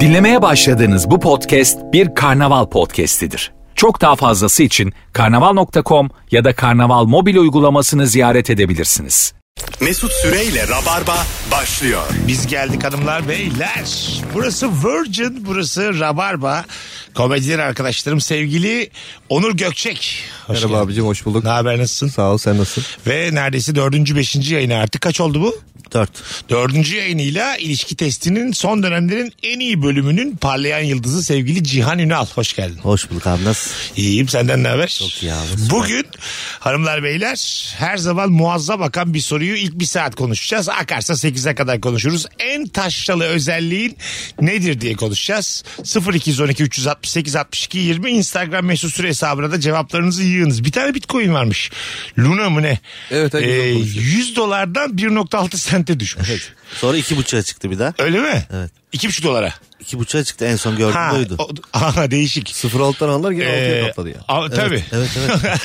Dinlemeye başladığınız bu podcast bir karnaval podcastidir. Çok daha fazlası için karnaval.com ya da karnaval mobil uygulamasını ziyaret edebilirsiniz. Mesut Süreyle Rabarba başlıyor. Biz geldik hanımlar beyler. Burası Virgin, burası Rabarba. Komedyen arkadaşlarım sevgili Onur Gökçek. Hoş Merhaba geldin. abicim hoş bulduk. Ne haber nasılsın? Sağ ol sen nasılsın? Ve neredeyse dördüncü, beşinci yayını artık kaç oldu bu? 4. Dördüncü yayınıyla ilişki testinin son dönemlerin en iyi bölümünün parlayan yıldızı sevgili Cihan Ünal. Hoş geldin. Hoş bulduk abi nasılsın? İyiyim senden ne haber? Çok iyi abi. Bugün hanımlar beyler her zaman muazzam akan bir soruyu ilk bir saat konuşacağız. Akarsa 8'e kadar konuşuruz. En taşralı özelliğin nedir diye konuşacağız. 0212 368 62 20 Instagram mesut süre hesabına da cevaplarınızı yığınız. Bir tane bitcoin varmış. Luna mı ne? Evet, evet, Ee, onu konuşuyoruz. 100 dolardan 1.6 sente düşmüş. Sonra iki buçuğa çıktı bir daha. Öyle mi? Evet. 2,5 dolara. İki buçuğa çıktı en son gördüğüm buydu. o- aha, değişik. Sıfır alttan alanlar gene Ee, altıya katladı ya. a- tabii. Evet evet.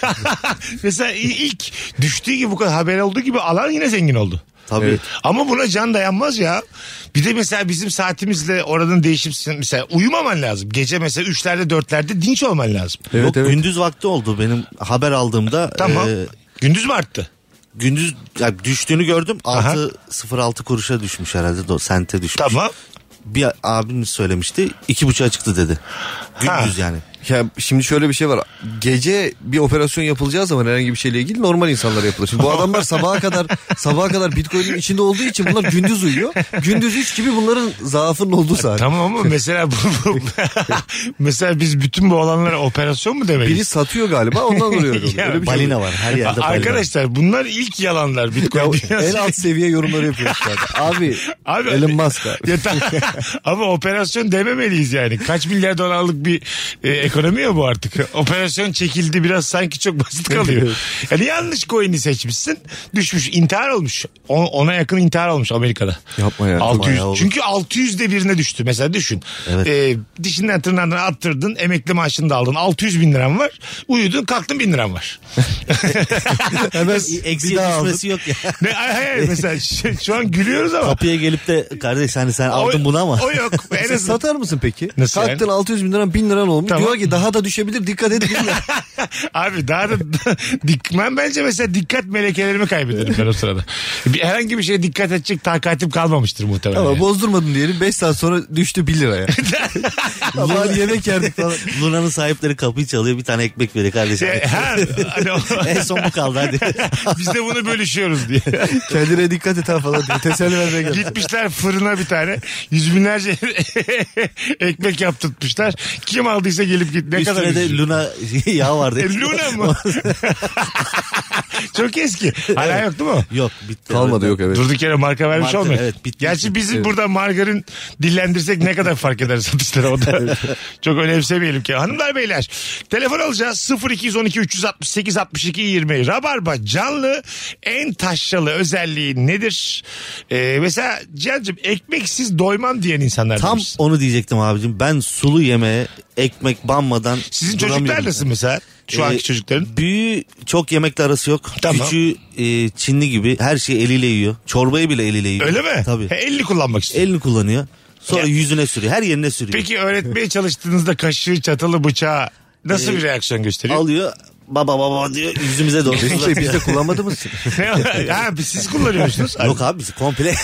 Mesela i- ilk düştüğü gibi bu kadar haber olduğu gibi alan yine zengin oldu. Tabii. Ama buna can dayanmaz ya. Bir de mesela bizim saatimizle oranın değişim mesela uyumaman lazım. Gece mesela üçlerde dörtlerde dinç olman lazım. Evet, Yok evet. gündüz vakti oldu benim haber aldığımda. Tamam. e, Gündüz mü arttı? gündüz ya düştüğünü gördüm. Aha. 6.06 kuruşa düşmüş herhalde. Do, sente düşmüş. Tamam. Bir abim söylemişti. iki buçuğa çıktı dedi. Gündüz Ha. yani. Ya şimdi şöyle bir şey var. Gece bir operasyon yapılacağı zaman herhangi bir şeyle ilgili normal insanlar yapılır. Şimdi bu adamlar sabaha kadar sabaha kadar Bitcoin'in içinde olduğu için bunlar gündüz uyuyor. Gündüz üç gibi bunların zaafının olduğu saat. Tamam ama mesela bu, bu- mesela biz bütün bu olanlara operasyon mu Biri demeliyiz? satıyor galiba ondan oluyor. Ya, Öyle bir şey Balina oluyor. var her yerde balina. Arkadaşlar bunlar ilk yalanlar Bitcoin Ya, dünyası. en alt seviye yorumları yapıyoruz zaten. Abi, şey- Abi- Elon Musk abi. Ya tam- ama operasyon dememeliyiz yani. Kaç milyar dolarlık bir e, ekonomi ya bu artık. Operasyon çekildi biraz sanki çok basit kalıyor. Yani yanlış coin'i seçmişsin. Düşmüş intihar olmuş. O- ona yakın intihar olmuş Amerika'da. Yapma ya. 600, Bayağı oldu. çünkü 600'de birine düştü mesela düşün. Evet. E, dişinden tırnağından attırdın emekli maaşını da aldın 600 bin liran var. Uyudun kalktın bin liran var. Hemen E- bir Eksiye daha aldım. düşmesi yok ya. Ne, hayır, hayır, mesela şu, şu an gülüyoruz ama. Kapıya gelip de kardeş hani sen aldın O- bunu ama. O yok. En Sen azından satar mısın peki? Nasıl Kalktın yani? 600 bin liran 1000 liran olmuş. Tamam. Diyor ki daha da düşebilir dikkat et. Abi daha da dikmen bence mesela dikkat melekelerimi kaybederim ben o sırada. Bir, herhangi bir şeye dikkat edecek takatim kalmamıştır muhtemelen. Ama yani. bozdurmadın diyelim 5 saat sonra düştü 1 liraya. Ama yemek yerdik falan. Luna'nın sahipleri kapıyı çalıyor bir tane ekmek veriyor kardeş. Şey, ha, hani o- en son bu kaldı hadi. biz de bunu bölüşüyoruz diye. Kendine dikkat et ha falan diye teselli vermeye geldim. Gitmişler fırına bir tane. Yüz binlerce ekmek yaptırtmışlar. Kim aldıysa gelip git. Ne kadar Üstüne de üzücü. Luna yağ vardı. E, Luna mı? Çok eski. Hala yok değil mi? Yok bitti. Kalmadı yok evet. Durduk yere marka vermiş Marka, olmuyor. evet, bitti. Gerçi biz burada margarin dillendirsek ne kadar fark eder satışlara o da. Çok önemsemeyelim ki. Hanımlar beyler telefon alacağız 0212 368 62 20 Rabarba canlı en taşralı özelliği nedir? Ee, mesela Cihan'cığım ekmeksiz doymam diyen insanlar Tam demişsin. onu diyecektim abicim. Ben sulu yemeğe ekmek banmadan Sizin çocuklar duramıyorum. nasıl mesela? Şu Ee, anki çocukların. Büyüğü çok yemekle arası yok. Tamam. Küçüğü e, Çinli gibi her şeyi eliyle yiyor. Çorbayı bile eliyle yiyor. Öyle mi? Tabii. He, 50 kullanmak istiyor. Elini kullanıyor. Sonra Ya- yüzüne sürüyor. Her yerine sürüyor. Peki öğretmeye çalıştığınızda kaşığı, çatalı, bıçağı Ee, nasıl bir reaksiyon gösteriyor? Alıyor. Baba baba diyor yüzümüze doğru. Mesut Bey biz de kullanmadığımız için. Ne var? ha, siz kullanıyorsunuz. Yok abi biz komple.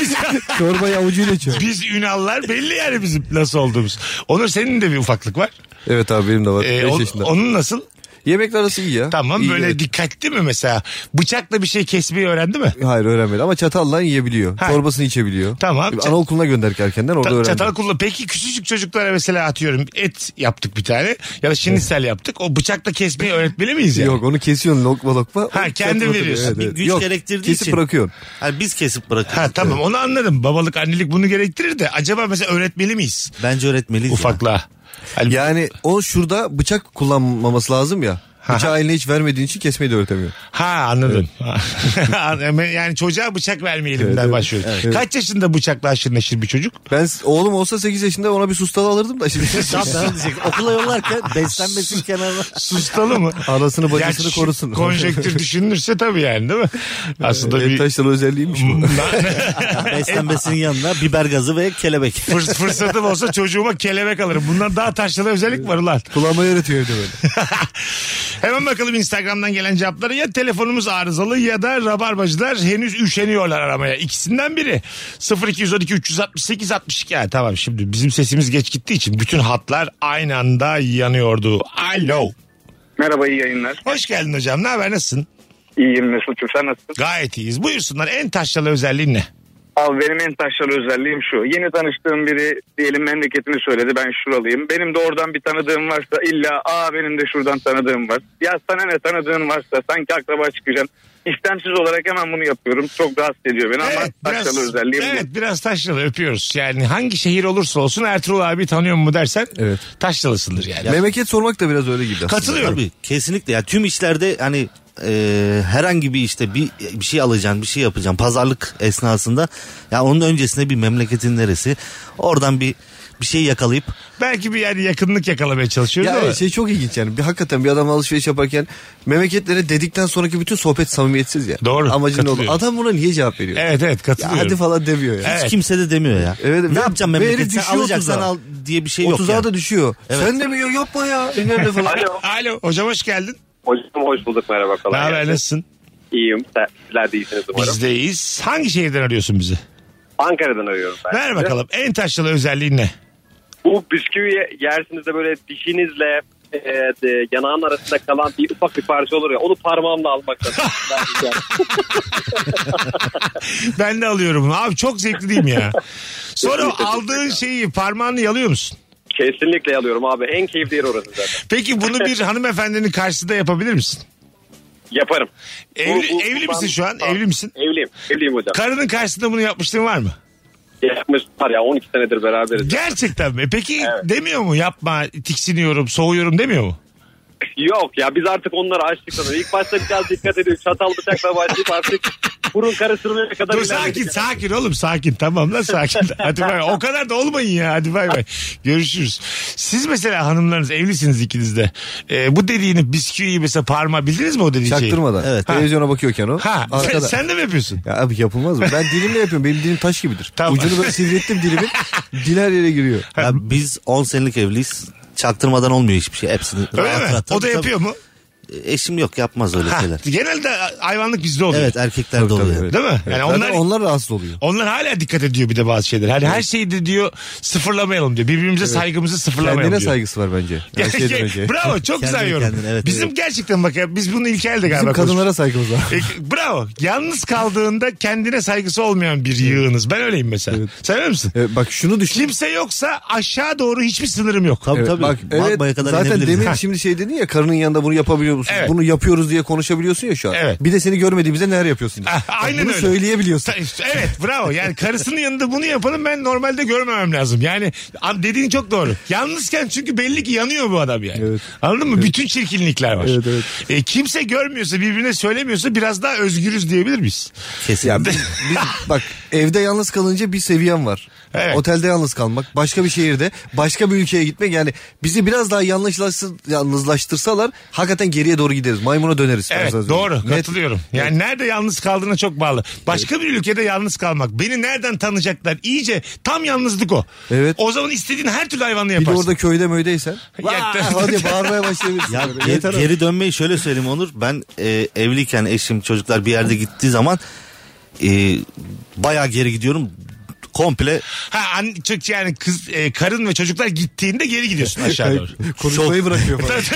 biz, Çorbayı avucuyla içiyor. biz Ünallar belli yani bizim nasıl olduğumuz. Onur senin de bir ufaklık var. Evet abi benim de var. Ee, 5 on- yaşında. onun nasıl? Yemekler arası iyi ya. Tamam İyi, böyle evet. dikkatli mi mesela? Bıçakla bir şey kesmeyi öğrendi mi? Hayır öğrenmedi ama çatalla yiyebiliyor. Ha. Çorbasını içebiliyor. Tamam. Ç- Anaokuluna gönderdik erkenden orada Ta- öğrendi. Çatal kullan. Peki küçücük çocuklara mesela atıyorum et yaptık bir tane ya da şinisel yaptık. O bıçakla kesmeyi öğretmeli miyiz yani? Yok onu kesiyorsun lokma lokma. Ha, O kendin çatalla- veriyorsun. Evet, Bir evet. güç Yok, gerektirdiği kesip için. bırakıyorsun. Yani biz kesip bırakıyoruz. Ha tamam onu anladım. Babalık annelik bunu gerektirir de acaba mesela öğretmeli miyiz Bence öğretmeliyiz. ya. ufaklığa? Hani- Yani o şurada bıçak kullanmaması lazım ya. Bıçağı eline hiç vermediğin için kesmeyi de öğretemiyor. Ha anladım. yani çocuğa bıçak vermeyelimden evet. başlıyoruz. Kaç yaşında bıçakla haşır neşir bir çocuk? Ben s- oğlum olsa 8 yaşında ona bir sustalı alırdım da şimdi. Tam sana diyecek. Okula yollarken beslenmesin kenarına. Sustalı mı? Anasını bacısını Gerçi korusun. E, Konjektür düşünülürse tabii yani değil mi? Aslında En bir Hmm. taşralı özelliğiymiş bu. Beslenmesinin yanına biber gazı ve kelebek. fırs- fırsatım olsa çocuğuma kelebek alırım. Bundan daha taşralı özellik var ulan. Kulağıma öğretiyor evde böyle. Hemen bakalım Instagram'dan gelen cevapları. Ya telefonumuz arızalı ya da rabarbacılar henüz üşeniyorlar aramaya. İkisinden biri. 0212 368 62. Ha, tamam şimdi bizim sesimiz geç gittiği için bütün hatlar aynı anda yanıyordu. Alo. Merhaba iyi yayınlar. Hoş geldin hocam. Ne haber? Nasılsın? İyiyim Mesut'cum sen nasılsın? Gayet iyiyiz. Buyursunlar. En taşralı özelliğin ne? Abi benim en taşralı özelliğim şu. Yeni tanıştığım biri diyelim memleketini söyledi ben şuralıyım. Benim de oradan bir tanıdığım varsa illa aa benim de şuradan tanıdığım var. Ya sana ne tanıdığın varsa sanki akraba çıkacaksın. İstemsiz olarak hemen bunu yapıyorum. Çok rahatsız ediyor beni ama taşralı özelliğim evet, bu. biraz taşralı öpüyoruz. Yani hangi şehir olursa olsun Ertuğrul abi tanıyor mu dersen Evet. taşralısındır yani. Memleket sormak da biraz öyle gibi aslında. Katılıyorum. Tabii kesinlikle ya tüm işlerde hani e, herhangi bir işte bir bir şey alacaksın bir şey yapacaksın pazarlık esnasında ya onun öncesinde bir memleketin neresi oradan bir bir şey yakalayıp Belki bir yani yakınlık yakalamaya çalışıyoruz Ya ama. evet, şey çok ilginç yani. Bir, hakikaten bir adamla alışveriş yaparken memleketlere dedikten sonraki bütün sohbet samimiyetsiz ya. Doğru, Amacın ne olur? katılıyorum. Adam buna niye cevap veriyor? Evet evet Ya katılıyorum. hadi falan demiyor ya. hiç Evet. kimse de demiyor ya. Evet, ne ve- yapacaksın ve herif memleketi sen düşüyor alacaksan tuzağa. al diye bir şey o yok tuzağa yani. da düşüyor. Evet. Sen de mi yok yapma ya. Bilmem ne falan. Alo. Alo hocam hoş geldin. Hocam hoş bulduk merhaba Ne kolay haber gelsin. nasılsın? İyiyim. sen- Sizler de iyisiniz umarım. Bizdeyiz. Hangi şehirden arıyorsun bizi? Ankara'dan arıyorum ben. Ver sizi. bakalım en taşralı özelliğin ne? Bu bisküvi ye- yersiniz de böyle dişinizle e, de- yanağın arasında kalan bir ufak bir parça olur ya onu parmağımla almak lazım. Ben- Ben de alıyorum. Abi çok zevkli değil mi ya? Sonra aldığın şeyi parmağını yalıyor musun? Kesinlikle alıyorum abi. En keyifli yer orası zaten. Peki bunu bir hanımefendinin karşısında yapabilir misin? Yaparım. Evli, Bu- bu- evli bu- misin şu an? Aa, Evli misin? Evliyim. Evliyim hocam. Karının karşısında bunu yapmışlığın var mı? Yapmış var ya 12 senedir beraberiz. Gerçekten mi? Peki demiyor mu yapma tiksiniyorum soğuyorum demiyor mu? Yok ya biz artık onları açtık sanırım. İlk başta biraz dikkat ediyoruz. Çatal bıçakla başlayıp artık burun karıştırmaya kadar Dur ilerledik. sakin sakin oğlum sakin tamam lan sakin. Hadi bay bay. O kadar da olmayın ya hadi bay bay. Görüşürüz. Siz mesela hanımlarınız evlisiniz ikiniz de. Ee, bu dediğini bisküviyi mesela parmağı bildiniz mi o dediği şeyi? şey. Çaktırmadan. Evet. Televizyona bakıyorken o. Ha sen, arkada. sen de mi yapıyorsun? Ya abi yapılmaz mı? Ben dilimle yapıyorum. Benim dilim taş gibidir. Tamam. Ucunu böyle sivrettim dilimin. Dil her yere giriyor. Ya biz 10 senelik evliyiz. Çaktırmadan olmuyor hiçbir şey. Hepsini Öyle mi? rahat. o da Tabii, yapıyor mu? tabii. E, Eşim yok yapmaz öyle Ha, şeyler. genelde hayvanlık bizde oluyor. Evet erkeklerde oluyor. evet. Değil mi? Yani Zaten onlar, onlar rahatsız oluyor. onlar hala dikkat ediyor bir de bazı şeyler. Hani her şeyi de diyor sıfırlamayalım diyor. Birbirimize saygımızı sıfırlamayalım Kendine diyor. saygısı var bence. Her Şey, şeyden önce. Bravo çok güzel Kendine yorum. kendine, evet, Bizim evet. gerçekten bak ya, biz bunu ilkeldi galiba. Bizim konuştuk. kadınlara saygımız var. E, bravo. Yalnız kaldığında kendine saygısı olmayan bir yığınız. Ben öyleyim mesela. Evet. Sen öyle misin? Evet, E, bak şunu düşün. Kimse yoksa aşağı doğru hiçbir sınırım yok. Tabii Evet, tabii. Bak, evet, Bakmaya kadar zaten inebiliriz. demin şimdi şey dedin ya karının yanında bunu yapabiliyor musun? Evet. Bunu yapıyoruz diye konuşabiliyorsun ya şu an. Evet. Bir de seni görmediğimizde neler yapıyorsun? Ah, Bak, aynen bunu öyle. söyleyebiliyorsun. Ta- Evet bravo yani karısının yanında bunu yapalım ben normalde görmemem lazım. Yani am- dediğin çok doğru. Yalnızken çünkü belli ki yanıyor bu adam yani. Evet. Anladın mı? Bütün çirkinlikler var. Evet, evet. E, kimse görmüyorsa birbirine söylemiyorsa biraz daha özgürüz diyebilir miyiz? Kesin. Ya biz, biz- bak evde yalnız kalınca bir seviyem var. Evet. Otelde yalnız kalmak, başka bir şehirde, başka bir ülkeye gitmek yani bizi biraz daha yalnızlaştır, yalnızlaştırsalar hakikaten geriye doğru gideriz. Maymuna döneriz. Ben Evet sana söyleyeyim. doğru Net. katılıyorum. Yani nerede yalnız kaldığına çok bağlı. Başka bir ülkede yalnız kalmak. Beni nereden tanıyacaklar? İyice tam yalnızlık o. Evet. O zaman istediğin her türlü hayvanı Bir de yaparsın. orada köyde möydeysen. Ya- hadi bağırmaya başlayabilirsin. Ya Yani ge- yeter artık. geri dönmeyi şöyle söyleyeyim Onur. Ben e, evliyken eşim çocuklar bir yerde gittiği zaman e, bayağı geri gidiyorum. Komple Ha, an, çok yani kız, e, karın ve çocuklar gittiğinde geri gidiyorsun aşağı doğru. Konuşmayı bırakıyor falan.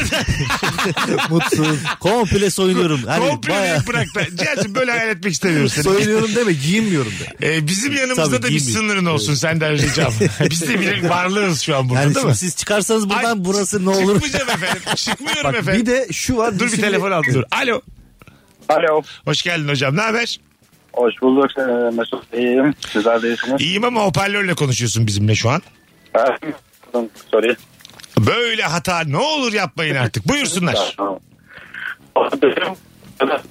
Mutsuz. komple soyunuyorum. Hani Komple bayağı- bırak. da. Cihan'cığım böyle hayal etmek istemiyorum seni. Söylüyorum deme giyinmiyorum de. E, bizim yanımızda Tabii, da bir değil mi? sınırın olsun senden ricam. Biz de bir varlığız şu an burada Yani değil şimdi mi? siz çıkarsanız buradan Ay, burası ne olur? Çıkmayacağım efendim. Çıkmıyorum Bak efendim. bir de şu Dur var. biz bir şimdi- telefon aldım dur. Alo. Alo. Hoş geldin hocam. Ne haber? Hoş bulduk Ee, Mesut. İyiyim. Sizler de iyisiniz. İyiyim ama hoparlörle konuşuyorsun bizimle şu an. Sorry. Böyle hata ne olur yapmayın artık. Buyursunlar. Tamam.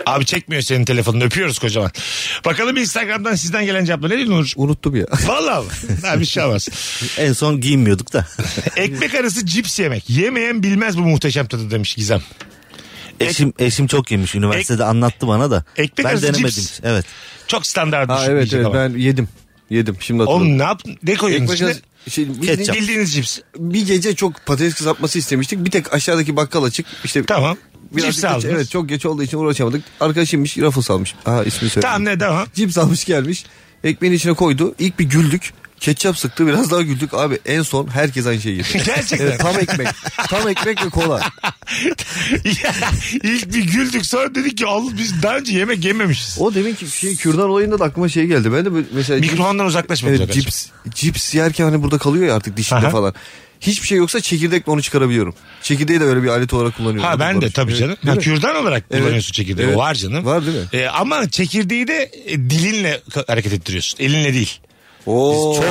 Abi çekmiyor senin telefonunu öpüyoruz kocaman. Bakalım Instagram'dan sizden gelen cevaplar ne dedin Onur? Unuttum ya. Valla mı? Ha, bir şey olmaz. En son giyinmiyorduk da. Ekmek arası cips yemek. Yemeyen bilmez bu muhteşem tadı demiş Gizem. Eşim eşim çok yemiş üniversitede anlattı bana da. Ekmek ben arası denemedim. cips. Evet. Çok standart Ha düşün evet diyecek evet ama. ben yedim. Yedim şimdi Oğlum hatırladım. ne yaptın? Ne koyuyorsun Ekmek içine? arası- şey, biz- Ketçap. Bildiğiniz cips. bir gece çok patates kızartması istemiştik. Bir tek aşağıdaki bakkal açık. İşte Tamam. birazcık cips geç- aldınız. Evet çok geç olduğu için uğraşamadık. Arkadaşımmış Ruffles almış. Aha ismi söyle. Tamam ne devam. Cips almış gelmiş. Ekmeğin içine koydu. İlk bir güldük. Ketçap sıktı biraz daha güldük. Abi en son herkes aynı şeyi yedi. Gerçekten. Evet, tam ekmek. Tam ekmek ve kola. Ya, İlk bir güldük sonra dedik ki Allah biz daha önce yemek yememişiz. O demin ki şey kürdan olayında da aklıma şey geldi. Ben de böyle mesela cips- Mikrofondan uzaklaşmadık. Evet, cips, cips yerken hani burada kalıyor ya artık dişimde Aha. falan. Hiçbir şey yoksa çekirdekle onu çıkarabiliyorum. Çekirdeği de öyle bir alet olarak kullanıyorum. Ha ben de tabii Evet, canım. değil Ha, mi? kürdan olarak Evet. kullanıyorsun çekirdeği. Evet. O var canım. Var değil mi? Ee, ama çekirdeği de e, dilinle ka- hareket ettiriyorsun. Elinle değil. Oo, Çok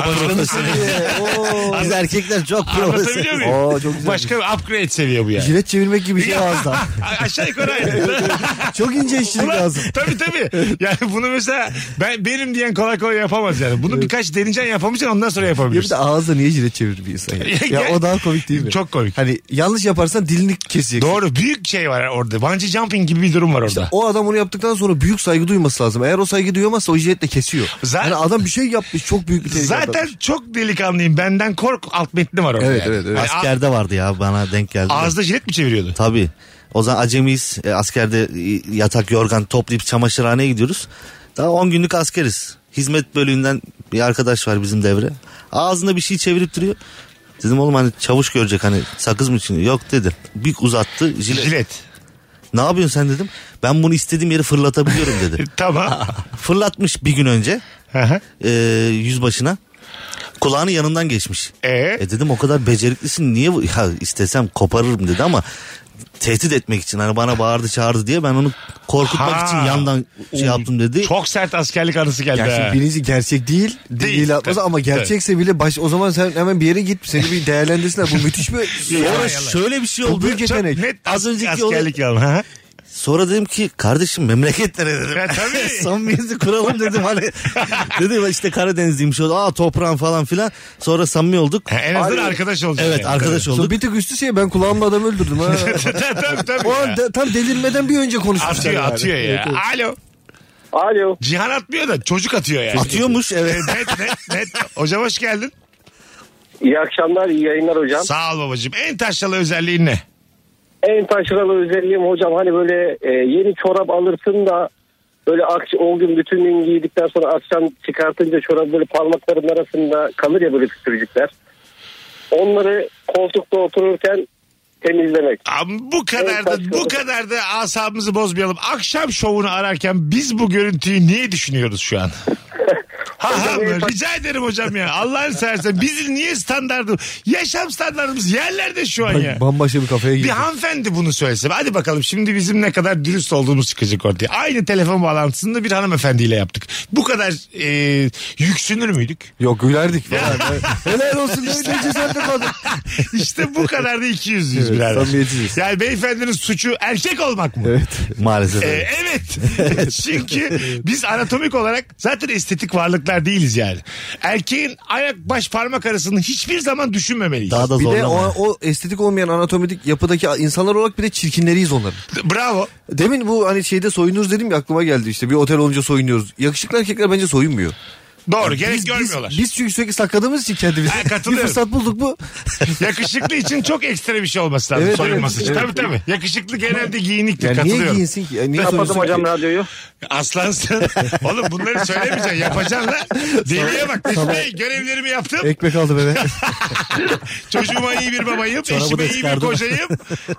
Biz erkekler çok Anlatabiliyor profesyonel. muyum? Aa, çok güzel. Başka bir upgrade seviye bu yani. jilet çevirmek gibi şey ağızdan. A- aşağı yukarı aynı. şey Çok ince işçilik Ulan, lazım. Tabii tabii. Yani bunu mesela ben benim diyen kolay kolay yapamaz yani. Bunu birkaç deneyeceksin yapamayacaksın ondan sonra Ya bir yapabilirsin. de ağızla niye jilet çevirir bir insan? Ya, Ya- ya o daha komik değil mi? Çok komik. Hani yanlış yaparsan dilini kesecek. Doğru büyük şey var orada. Bungee jumping gibi bir durum var orada. O adam onu yaptıktan sonra büyük saygı duyması lazım. Eğer o saygı duyamazsa o jiletle kesiyor. Zaten- Yani adam bir şey yapmış çok büyük bir tehlike Zaten atlatmış. çok delikanlıyım. Benden kork alt metni var orada. Evet, yani. evet, evet. Yani a- Askerde vardı ya bana denk geldi. de. ağızda jilet mi çeviriyordu? Tabii. O zaman acemiyiz. E, askerde e, yatak yorgan toplayıp çamaşırhaneye gidiyoruz. Daha 10 günlük askeriz. Hizmet bölüğünden bir arkadaş var bizim devre. Ağzında bir şey çevirip duruyor. Dedim oğlum hani çavuş görecek hani sakız mı içinde? Yok dedi. Bir uzattı jilet. Jilet. Ne yapıyorsun sen dedim. Ben bunu istediğim yere fırlatabiliyorum dedi. Tamam. Fırlatmış bir gün önce Hı hı. e, yüzbaşına. Kulağını yanından geçmiş. Ee? E dedim o kadar beceriklisin niye bu? Ya istesem koparırım dedi ama tehdit etmek için hani bana bağırdı çağırdı diye ben onu korkutmak Ha. için yandan şey yaptım dedi. Çok sert askerlik anısı geldi. Yani ha. şimdi birinci gerçek değil. Değil, Değil. değil atması tabii, ama gerçekse bile baş o zaman sen hemen bir yere git seni bir değerlendirsinler. Bu müthiş bir Sonra Yalan, yalan. şöyle bir şey Bu oldu. büyük yetenek. Net Az önceki olay- askerlik yalan. ha. Sonra dedim ki kardeşim memleket nereye dedim. Ya tabii. Samimiyeti kuralım dedim hani. dedim işte Karadenizliymiş o. Aa toprağın falan filan. Sonra samimi olduk. Ha, en azından Abi- arkadaş olacak. Evet arkadaş Sonra olduk. bir tık üstü şey ben kulağımla adam öldürdüm ha. tabii tabii. tabii o ya. an de- tam delirmeden bir önce konuşmuşlar. Atıyor yani. atıyor ya. Evet, evet. Alo. Alo. Cihan atmıyor da çocuk atıyor yani. Atıyormuş evet. net net net. Hocam hoş geldin. İyi akşamlar, iyi yayınlar hocam. Sağ ol babacığım. En taşralı özelliğin ne? En taşralı özelliğim hocam hani böyle e, yeni çorap alırsın da böyle akş- o gün bütün gün giydikten sonra akşam çıkartınca çorap böyle parmakların arasında kalır ya böyle püskürcükler. Onları koltukta otururken temizlemek. Ama bu kadar da bu kadar da asabımızı bozmayalım. Akşam şovunu ararken biz bu görüntüyü niye düşünüyoruz şu an? Ha ha mı? rica ederim hocam ya. Allah'ın seversen bizim niye standartımız yaşam standartımız yerlerde şu an Bak, ya. Bambaşka bir kafaya Bir girdi. hanımefendi bunu söylese. Hadi bakalım şimdi bizim ne kadar dürüst olduğumuz çıkacak ortaya. Aynı telefon bağlantısında bir hanımefendiyle yaptık. Bu kadar e, yüksünür müydük? Yok gülerdik falan. Helal olsun ne ödeyince sen de kaldın. İşte bu kadar da 200 yüz Evet, birader. samimiyetiniz. Yani beyefendinin suçu erkek olmak mı? Evet. Maalesef. Ee, evet. Çünkü biz anatomik olarak zaten estetik varlıklar değiliz yani. Erkeğin ayak baş parmak arasını hiçbir zaman düşünmemeliyiz. Daha da Bir de zorlama. o, o estetik olmayan anatomik yapıdaki insanlar olarak bir de çirkinleriyiz onların. Bravo. Demin bu hani şeyde soyunuyoruz dedim ya aklıma geldi işte. Bir otel olunca soyunuyoruz. Yakışıklı erkekler bence soyunmuyor. Doğru. Gerek Biz- görmüyorlar. Biz, biz çünkü sürekli sakladığımız için kendimizi. Ha, bir katılıyorum. fırsat bulduk mu? Yakışıklı için çok ekstra bir şey olması lazım. Evet, soyunması evet, için. evet. Tabii tabii. Yakışıklı genelde giyiniktir. Yani niye katılıyorum. giyinsin ki? Yani niye soyunsun ki? radyoyu. Aslansın. Oğlum bunları söylemeyeceksin. Yapacaksın lan. Deliye bak. Mesut Bey, görevlerimi yaptım. Ekmek aldı bebe. Çocuğuma iyi bir babayım. da Eşime iyi bir çıkardım. kocayım.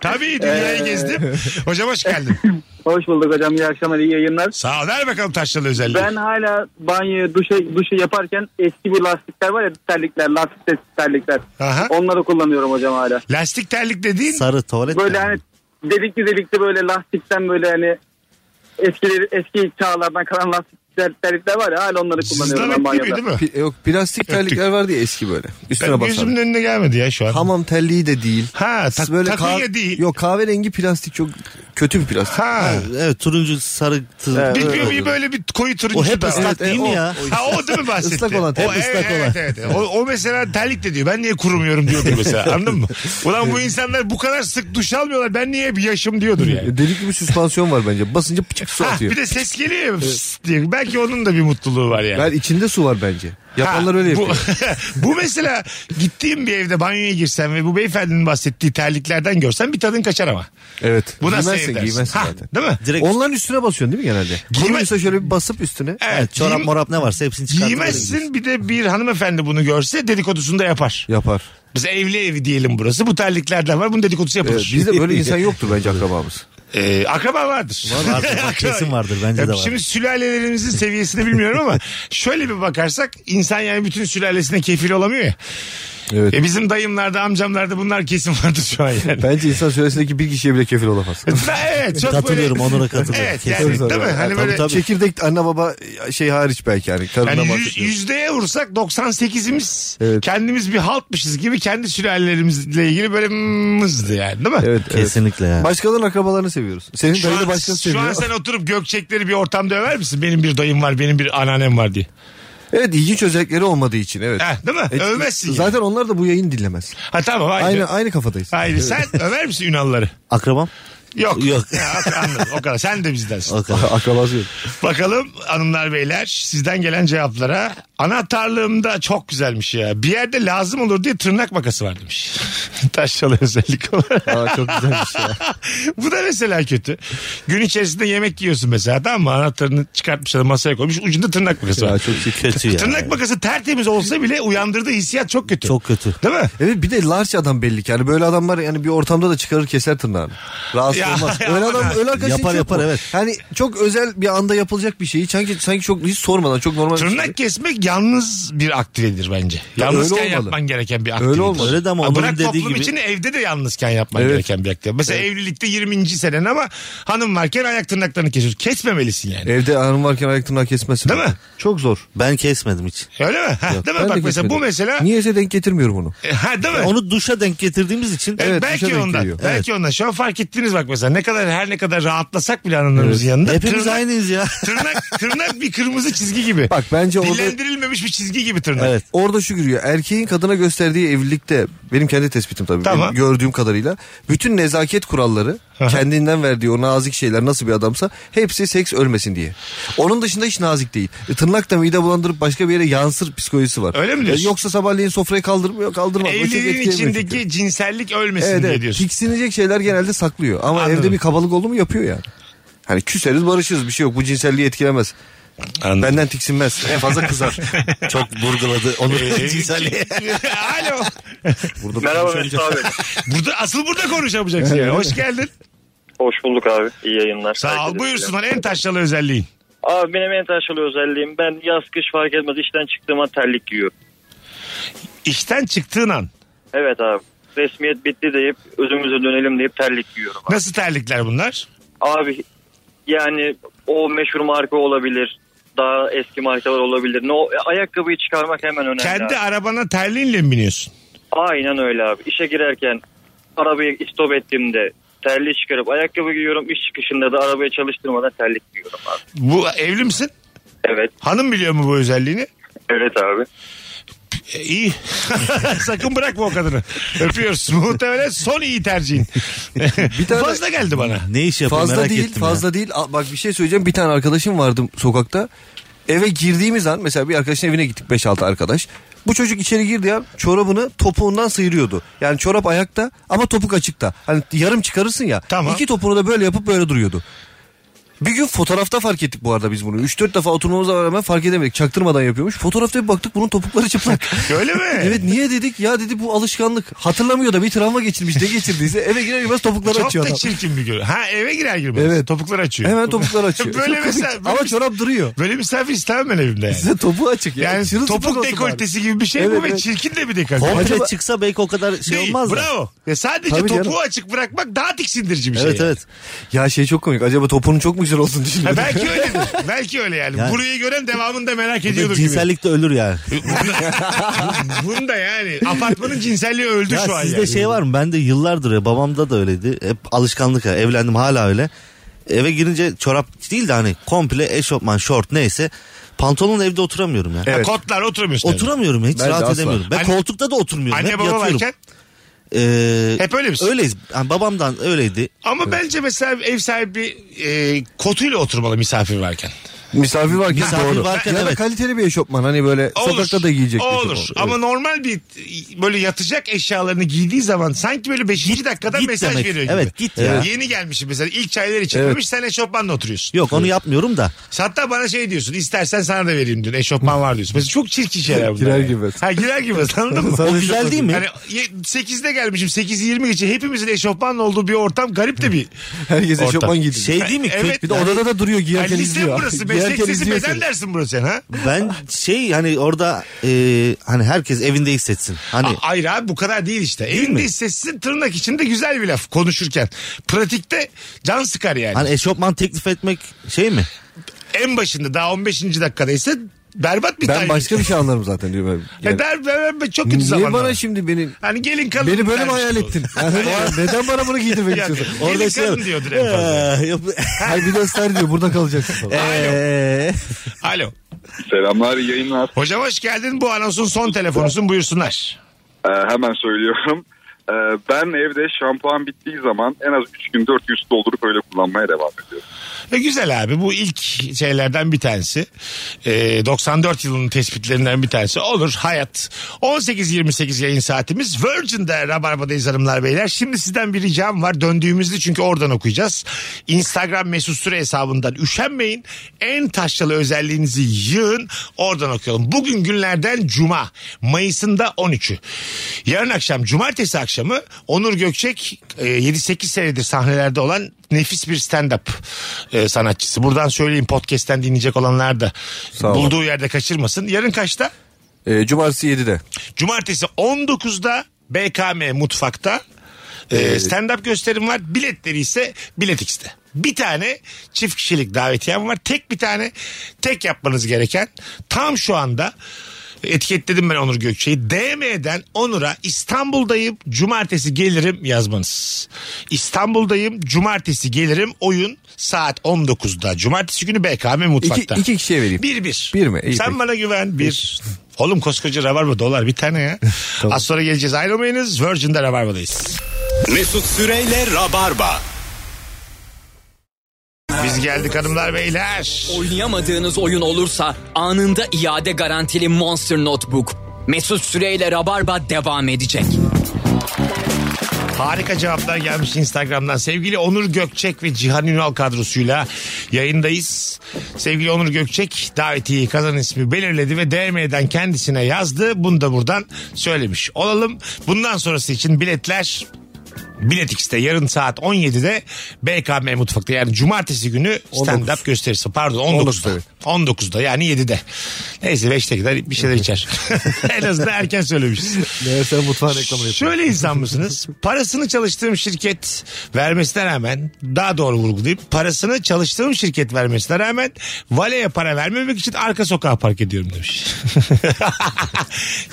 Tabii dünyayı gezdim. Hocam hoş geldin. Hoş bulduk hocam. İyi akşamlar, iyi yayınlar. Sağ ol. Ver bakalım taşralı özelliği. Ben hala banyoyu, duşa, duşu yaparken eski bir lastikler var ya terlikler, lastik terlikler. Aha. Onları kullanıyorum hocam hala. Lastik terlik dediğin Sarı tuvalet. Böyle yani. hani delikli delikli böyle lastikten böyle hani eski eski çağlardan kalan lastikler terlikler var ya hala onları kullanıyorum ben sızlamak gibi banyoda. değil mi? Pi- Yok plastik terlikler vardı ya eski böyle. Üstüne Ben basan. gözümün önüne gelmedi ya şu an. Hamam terliği de değil. Ha, tak- takviye değil. Yok kahverengi plastik çok kötü bir plastik. Ha. Evet turuncu sarı şey tı- Bir, Evet. bir, bir böyle bir koyu turuncu O hep da var. ıslak değil mi ya? Ha o değil mi bahsetti? Islak olan, O, hep evet, ıslak olan. Evet, evet. O, o mesela terlik de diyor. Ben niye kurumuyorum diyordur mesela. Anladın mı? Ulan bu insanlar bu kadar sık duş almıyorlar. Ben niye hep yaşım diyordur yani. Delik gibi süspansiyon var bence. Basınca pıçık su Ha, atıyor. bir de ses geliyor ya, fıs diye. Belki onun da bir mutluluğu var yani. Yani içinde su var bence. Yapanlar Ha, öyle bu, yapıyor. bu mesela gittiğim bir evde banyoya girsem ve bu beyefendinin bahsettiği terliklerden görsem bir tadın kaçar ama. Evet. Buna giymezsin seyredersin. giymezsin Ha, zaten. Değil mi? direkt Onların üstüne basıyorsun değil mi genelde? Giyme- Kuruysa şöyle bir basıp üstüne. Evet. çorap giy- morap ne varsa hepsini çıkartıp Giymezsin bir de bir hanımefendi bunu görse dedikodusunu da yapar. Yapar. Biz evli evi diyelim burası. Bu terliklerden var. Bunun dedikodusu Evet, yapılır. Ee, bizde böyle insan yoktur bence akrabamız. Ee, akraba vardır. Var, vardır. Bak, kesin vardır. Bence de Ya var. Şimdi sülalelerimizin seviyesini bilmiyorum ama şöyle bir bakarsak insan yani bütün sülalesine kefil olamıyor ya. Evet. E bizim dayımlarda amcamlarda bunlar kesin vardır şu an yani. Bence insan süresindeki bir kişiye bile kefil olamaz. evet çok Katılıyorum, böyle... Onur'a katılıyorum. Evet Kesin yani zor değil mi? ya. Hani Tabii, böyle tabii. Çekirdek anne baba şey hariç belki yani. Karına Yani yüz- bahsediyorum. yüzdeye vursak 98'imiz Evet. kendimiz bir haltmışız gibi kendi sülalerimizle ilgili böyle mızdı yani değil mi? Evet, evet. Kesinlikle ya. Başkalarının akrabalarını seviyoruz. Senin Şu dayını an, başkası şu an seviyor. sen oturup Gökçekleri bir ortamda över misin? Benim bir dayım var, benim bir anneannem var diye. Evet ilginç özellikleri olmadığı için evet. Heh, değil mi? Evet, Övmezsin yani. Zaten onlar da bu yayını dinlemez. Ha tamam aynı. Aynı Aynı. aynı kafadayız. Sen över misin Ünalları? Akrabam? Yok. Yok. Ya, anladım. O kadar. Sen de bizdensin. O kadar. Akrabası yok. Bakalım hanımlar beyler sizden gelen cevaplara. Anahtarlığımda çok güzelmiş ya. Bir yerde lazım olur diye tırnak makası var demiş. Taşçalı özellik olarak. Aa, çok güzelmiş ya. Bu da mesela kötü. Gün içerisinde yemek yiyorsun mesela tamam mı? Anahtarını çıkartmış adam masaya koymuş. Ucunda tırnak makası ya var. çok şey. Kötü ya. Tırnak makası tertemiz olsa bile uyandırdığı hissiyat çok kötü. Çok kötü. Değil mi? Evet bir de large adam belli ki. Yani böyle adamlar yani bir ortamda da çıkarır keser tırnağını. Rahatsız Ya, olmaz. ya, öyle adam ya. öyle arkadaşın hiç Yapar, yok yapar, mu? evet. Yani çok özel bir anda yapılacak bir şeyi sanki sanki çok hiç sormadan çok normal. bir şey. Tırnak kesmek yalnız bir aktivitedir bence. Yalnızken öyle olmalı. yapman gereken bir aktivite. olmalı. Öyle de ama Ha, Onur'un Bırak dediği toplum gibi. için evde de yalnızken yapman gereken bir aktivite. Mesela evlilikte 20. senen ama hanım varken ayak tırnaklarını kesiyorsun. Kesmemelisin yani. Evde hanım varken ayak tırnağı kesmesin. Değil mi? Çok zor. Ben kesmedim hiç. Öyle mi? Ha, değil mi? Ben Bak de mesela bu kesmedim. mesela E, Niyeyse denk getirmiyorum onu. ha, değil mi? Onu duşa denk getirdiğimiz E, için Evet, duşa belki denk ondan. geliyor. Belki ondan. Şu an fark ettiniz bak mesela ne kadar her ne kadar rahatlasak bile hanımlarımızın yanında. hepimiz tırnak, aynıyız ya. Tırnak, tırnak bir kırmızı çizgi gibi. Bak bence orada Dillendirilmemiş bir çizgi gibi tırnak. Evet. Orada şu giriyor. Erkeğin kadına gösterdiği evlilikte benim kendi tespitim tabii. Tamam. benim gördüğüm kadarıyla bütün nezaket kuralları kendinden verdiği o nazik şeyler nasıl bir adamsa hepsi seks ölmesin diye. Onun dışında hiç nazik değil. E, tırnak da mide bulandırıp başka bir yere yansır psikolojisi var. Öyle mi diyorsun? E, yoksa sabahleyin sofraya kaldırmıyor, kaldırmaz. O çok Evliliğin etkilemiyor içindeki çünkü. cinsellik ölmesin Evet, diye evet. diyorsun. Tiksinecek şeyler genelde saklıyor. Ama Anladım. evde bir kabalık oldu mu yapıyor yani. Hani küseriz barışırız bir şey yok. Bu cinselliği etkilemez. Benden tiksinmez. En fazla kızar. Çok burguladı. Onu cinselliği. Alo. Burada Merhaba konuşamayacağız. Mesut abi. Burada, asıl burada konuşamayacaksın yani. Hoş geldin. Hoş bulduk abi. İyi yayınlar. Sağ ol. Herkese Buyursunlar en taşralı özelliğin. selam. Abi benim en taşralı özelliğim ben yaz kış fark etmez işten çıktığıma terlik giyiyorum. İşten çıktığın an. Evet abi. Resmiyet bitti deyip özümüze dönelim deyip terlik giyiyorum. Abi, Nasıl terlikler bunlar? Abi, yani o meşhur marka olabilir. Daha eski markalar olabilir. No, ayakkabıyı çıkarmak hemen önemli. abi. Kendi arabana terliğinle mi biniyorsun? Aynen öyle abi. İşe girerken arabayı istop ettiğimde terliği çıkarıp ayakkabı giyiyorum. İş çıkışında da arabayı çalıştırmadan terlik giyiyorum abi. Bu evli misin? Evet. Hanım biliyor mu bu özelliğini? Evet abi. E, iyi. Sakın bırakma o kadını. Öpüyoruz. Muhtemelen son iyi tercihin. Bir tane- Fazla geldi bana. Ne iş yapıyor Fazla merak değil, ettim ya. fazla değil. Aa, Bak bir şey söyleyeceğim. Bir tane arkadaşım vardı sokakta. Eve girdiğimiz an mesela bir arkadaşın evine gittik 5-6 arkadaş. Bu çocuk içeri girdi ya çorabını topuğundan sıyırıyordu. Yani çorap ayakta ama topuk açıkta. Hani yarım çıkarırsın ya. Tamam. İki topuğunu da böyle yapıp böyle duruyordu. Bir gün fotoğrafta fark ettik bu arada biz bunu. 3-4 defa oturmamıza rağmen fark edemedik. Çaktırmadan yapıyormuş. Fotoğrafta bir baktık bunun topukları çıplak. Öyle mi? evet niye dedik? Ya dedi bu alışkanlık. Hatırlamıyor da bir travma geçirmiş. Ne geçirdiyse eve girer girmez topukları Çok açıyor da adam. çirkin bir görüntü. Ha eve girer girmez. Evet. Evet. Topuklar açıyor. Hemen topuklar açıyor. Böyle Çok mesela- komik. böyle Ama bir- çorap duruyor. Böyle misafir istemem ben evimde yani. Size topu açık. ya. Yani Şırılsıplak topuk olsun bari. dekoltesi gibi bir şey bu Evet, ve evet. çirkin de bir dekolte. Komple Acaba- çıksa belki o kadar şey Değil, olmaz da. Bravo. Ya sadece Tabii topuğu canım. açık bırakmak daha tiksindirici bir şey. Evet yani. evet. Ya şey çok komik. Acaba topunu çok mu güzel olsun düşündüm. Ha, belki öyledir. belki öyle yani. Yani- Burayı gören devamını da merak Ve ediyordur gibi. Cinsellikte ölür yani. Bunda yani apartmanın cinselliği öldü Ya şu an sizde yani. şey var mı? Ben de yıllardır ya babamda da öyleydi. Hep alışkanlık ya. Evlendim hala öyle. Eve girince çorap değil de hani komple eşofman, şort neyse. Pantolonla evde oturamıyorum ya. Ha, Evet. Kotlar oturamıyorsun. evde. Oturamıyorum ya, hiç Ben de rahat asla. edemiyorum. Ben Anne- koltukta da oturmuyorum. Anne hep baba yatıyorum. varken Ee, Hep öyle misin? Öyleyiz. Yani babamdan öyleydi. ama bence mesela ev sahibi e, kotuyla oturmalı misafir varken. Misafir varken Misafir doğru. varken ya da evet. kaliteli bir eşofman hani böyle sokakta da giyecek. bir O eşofman. Olur. Evet. Ama normal bir böyle yatacak eşyalarını giydiği zaman sanki böyle 5. dakikada git mesaj demek. veriyor gibi. Evet, git ya. Yeni gelmişim mesela ilk çaylar içilmemiş sen eşofmanla oturuyorsun. Yok onu yapmıyorum da. Hatta bana şey diyorsun istersen sana da vereyim diyorsun eşofman var diyorsun. Mesela çok çirkin şeyler bunlar. Girer yani. gibi. Ha girer gibi anladın mı? O güzel değil mi? Yani 8'de gelmişim 8-20 geçe hepimizin eşofmanla olduğu bir ortam garip de bir. Herkes Ortam. eşofman giydi. Şey değil mi? Evet. Kö- bir de odada da duruyor Yani giyerken Hani lise izliyor. burası meslek Giyerken sesi izliyor beden seni. dersin burası sen ha? Ben şey hani orada e, hani herkes evinde hissetsin. Hani A- Hayır abi bu kadar değil işte. Evinde hissetsin tırnak içinde güzel bir laf konuşurken. Pratikte can sıkar yani. hani eşofman teklif etmek şey mi? En başında daha 15. dakikada ise berbat bir Ben tarih. başka bir şey anlarım zaten diyorum. abi. Ya Yani, der, ben, ben çok kötü niye zamanlar. bana şimdi beni Hani gelin kalın. beni böyle mi dermiş hayal olur. ettin? Yani neden bana bunu giydirmek Ya, istiyorsun? Orada Orada gelin şey- kalın diyordur en fazla. Ee, yap- Hayır bir de ısrar diyor burada kalacaksın falan. Ee, Alo. Selamlar yayınlar. Hocam hoş geldin. Bu anonsun son telefonusun. Buyursunlar. Ee, hemen söylüyorum. Ee, ben evde şampuan bittiği zaman en az 3 gün 400 doldurup öyle kullanmaya devam ediyorum. E güzel abi bu ilk şeylerden bir tanesi. E, 94 yılının tespitlerinden bir tanesi. Olur hayat. 18-28 yayın saatimiz. Virgin'de Rabarba'dayız hanımlar beyler. Şimdi sizden bir ricam var. Döndüğümüzde çünkü oradan okuyacağız. Instagram mesut süre hesabından üşenmeyin. En taşralı özelliğinizi yığın. Oradan okuyalım. Bugün günlerden cuma. Mayıs'ın da 13'ü. Yarın akşam cumartesi akşamı Onur Gökçek e, 7-8 senedir sahnelerde olan nefis bir stand-up e, sanatçısı. Buradan söyleyeyim podcast'ten dinleyecek olanlar da ol. bulduğu yerde kaçırmasın. Yarın kaçta? Ee, cumartesi 7'de. Cumartesi 19'da BKM Mutfak'ta e, stand-up gösterim var. Biletleri ise Biletix'te. Bir tane çift kişilik davetiyem var. Tek bir tane tek yapmanız gereken tam şu anda etiketledim ben Onur Gökçe'yi. DM'den Onur'a İstanbul'dayım cumartesi gelirim yazmanız. İstanbul'dayım cumartesi gelirim oyun saat 19'da. Cumartesi günü BKM İki, Mutfak'ta. iki kişiye vereyim. Bir bir. Bir mi? İyi, Sen peki. bana güven bir. Oğlum koskoca rabarba dolar bir tane ya. Az sonra geleceğiz ayrılmayınız. Virgin'de rabarbadayız. Mesut Süreyle Rabarba. Biz geldik hanımlar beyler. Oynayamadığınız oyun olursa anında iade garantili Monster Notebook. Mesut Süreyle Rabarba devam edecek. Harika cevaplar gelmiş Instagram'dan. Sevgili Onur Gökçek ve Cihan Ünal kadrosuyla yayındayız. Sevgili Onur Gökçek davetiyi kazanan ismi belirledi ve DM'den kendisine yazdı. Bunu da buradan söylemiş olalım. Bundan sonrası için biletler Bilet X'te yarın saat 17'de BKM Mutfak'ta yani cumartesi günü stand-up gösterisi pardon 19'da. 19'da, 19'da yani 7'de. Neyse 5'te gider bir şeyler içer. en azından erken söylemişiz. Meğerse mutfağın reklamını yapıyor. Şöyle insan mısınız? Parasını çalıştığım şirket vermesine rağmen daha doğru vurgulayayım. Parasını çalıştığım şirket vermesine rağmen valeye para vermemek için arka sokağa park ediyorum demiş.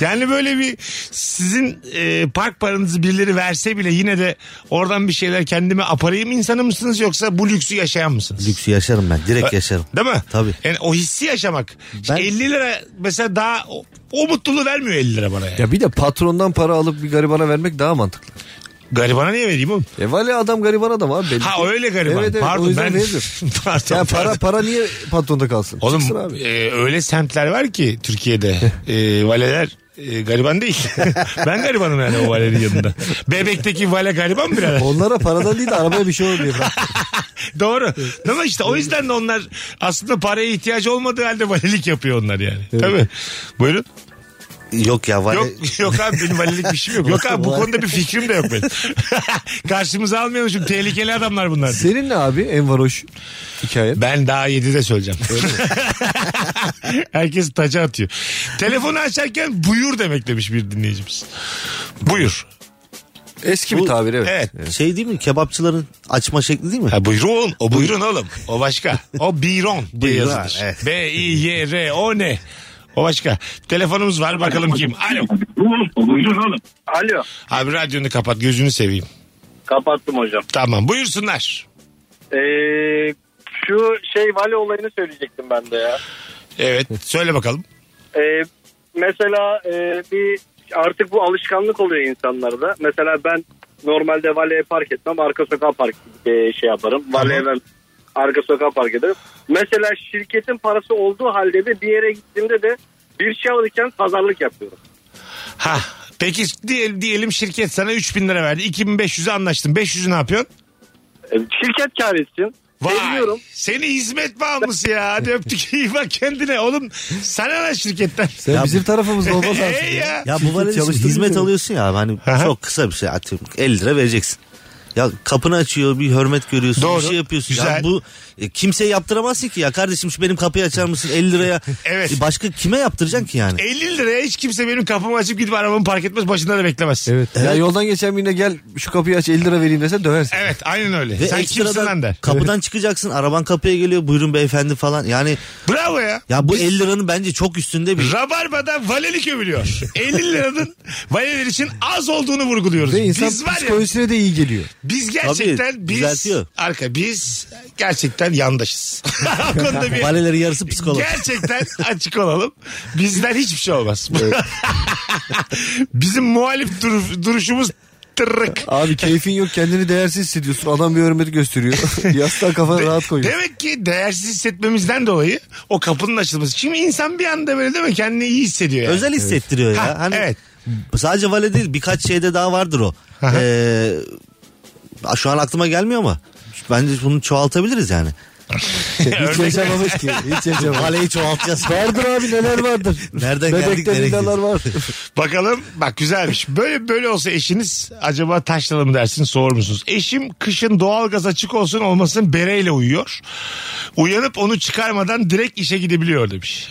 yani böyle bir sizin e, park paranızı birileri verse bile yine de oradan bir şeyler kendime aparayım insanı mısınız yoksa bu lüksü yaşayan mısınız? lüksü yaşarım ben. Direkt yaşarım. Değil mi? Tabii. Yani o hissi yaşamak. Ben- 50 lira mesela daha o, o mutluluğu vermiyor 50 lira bana. Yani. Ya bir de patrondan para alıp bir garibana vermek daha mantıklı. Garibana niye vereyim oğlum? E vali adam gariban adam abi belli. Ha ki. öyle gariban. Evet, evet, o Pardon yüzden ben. verilir. pardon, Ya para pardon. para niye patronda kalsın? Çıksın Oğlum abi. e, öyle semtler var ki Türkiye'de. E, valeler e, gariban değil. ben garibanım yani o valenin yanında. Bebekteki vale gariban mı birader? Onlara paradan değil de arabaya bir şey olur diye. bırak. Doğru. Ama işte o yüzden de onlar aslında paraya ihtiyacı olmadığı halde valilik yapıyor onlar yani. Tabii. Buyurun. Yok ya vale... Yok, yok abi benim valilik bir şey yok. Yok abi bu Vale- konuda bir fikrim de yok benim. Karşımıza almayalım şimdi tehlikeli adamlar bunlar. Senin ne abi en varoş hikayen? Ben daha 7'de söyleyeceğim. Herkes taca atıyor. Telefonu açarken buyur demek demiş bir dinleyicimiz. Buyur. Eski bir tabir evet. Evet. Şey değil mi? Kebapçıların açma şekli değil mi? Ha buyurun. O buyurun oğlum. O başka. O biron diye Buyurun, yazılır. evet. B i y r o ne? O başka. Telefonumuz var bakalım kim? Alo. Alo. Abi radyonu kapat gözünü seveyim. Kapattım hocam. Tamam buyursunlar. Ee, şu şey vale olayını söyleyecektim ben de ya. Evet söyle bakalım. Ee, mesela e, bir artık bu alışkanlık oluyor insanlarda. Mesela ben normalde valeye park etmem. Arka sokağa park e, şey yaparım. Valeye ben arka sokağa park ederim. Mesela şirketin parası olduğu halde de bir yere gittiğimde de bir şey alırken pazarlık yapıyorum. Ha peki diyelim, diyelim şirket sana 3000 lira verdi. 2500'e anlaştın. 500'ü ne yapıyorsun? E, şirket kar etsin. Vay. Seviyorum. Seni hizmet bağımlısı ya. Hadi öptük iyi bak kendine. Oğlum sana lan şirketten. Sen Ya- bizim tarafımızda olmaz aslında. Hey ya. Ya Şirket bu valiz çalıştırmıyor hizmet seni. alıyorsun ya hani Aha. çok kısa bir şey atıyorum 50 lira vereceksin. Ya kapını açıyor bir hürmet görüyorsun Doğru. bir şey yapıyorsun. Güzel. Ya bu e, kimseye yaptıramazsın ki ya kardeşim şu benim kapıyı açar mısın 50 liraya. Evet. E, başka kime yaptıracaksın ki yani? 50 liraya hiç kimse benim kapımı açıp gidip arabamı park etmez. Başında da beklemez. Evet. Ya yoldan geçen birine gel şu kapıyı aç 50 lira vereyim desen döversin. Evet aynen öyle. Ve E, Sen kimsin lan der. ekstradan kapıdan çıkacaksın araban kapıya geliyor buyurun beyefendi falan yani Bravo ya. ya bu 50 liranın bence çok üstünde bir Rabarba'da valelik övülüyor. 50 liranın valeler için az olduğunu vurguluyoruz. Ve insan Biz var ya psikolojisine de iyi geliyor. biz gerçekten Tabii, biz düzeltiyor. arka biz gerçekten yandaşız. o konuda bir valilerin yarısı psikolog. Gerçekten açık olalım. Bizden hiçbir şey olmaz. Bizim muhalif dur- duruşumuz tırrık. Abi keyfin yok kendini değersiz hissediyorsun. Adam bir hürmeti gösteriyor. Yastığa kafana rahat koyuyor. Demek ki değersiz hissetmemizden dolayı o kapının açılması. Şimdi insan bir anda böyle değil mi kendini iyi hissediyor. Yani. Özel hissettiriyor ya. Ha, hani evet. Sadece vale değil birkaç şeyde daha vardır o. Aha. Ee, şu an aklıma gelmiyor ama bence bunu çoğaltabiliriz yani. Hiç yaşamamış ki. Hiç yaşamamış. Valeyi çoğaltacağız. Vardır abi neler vardır. Nereden geldik, Bebekte nereye villalar var. Bakalım bak güzelmiş. Böyle böyle olsa eşiniz acaba taşralı mı dersiniz soğur musunuz? Eşim kışın doğalgaz açık olsun olmasın bereyle uyuyor. Uyanıp onu çıkarmadan direkt işe gidebiliyor demiş.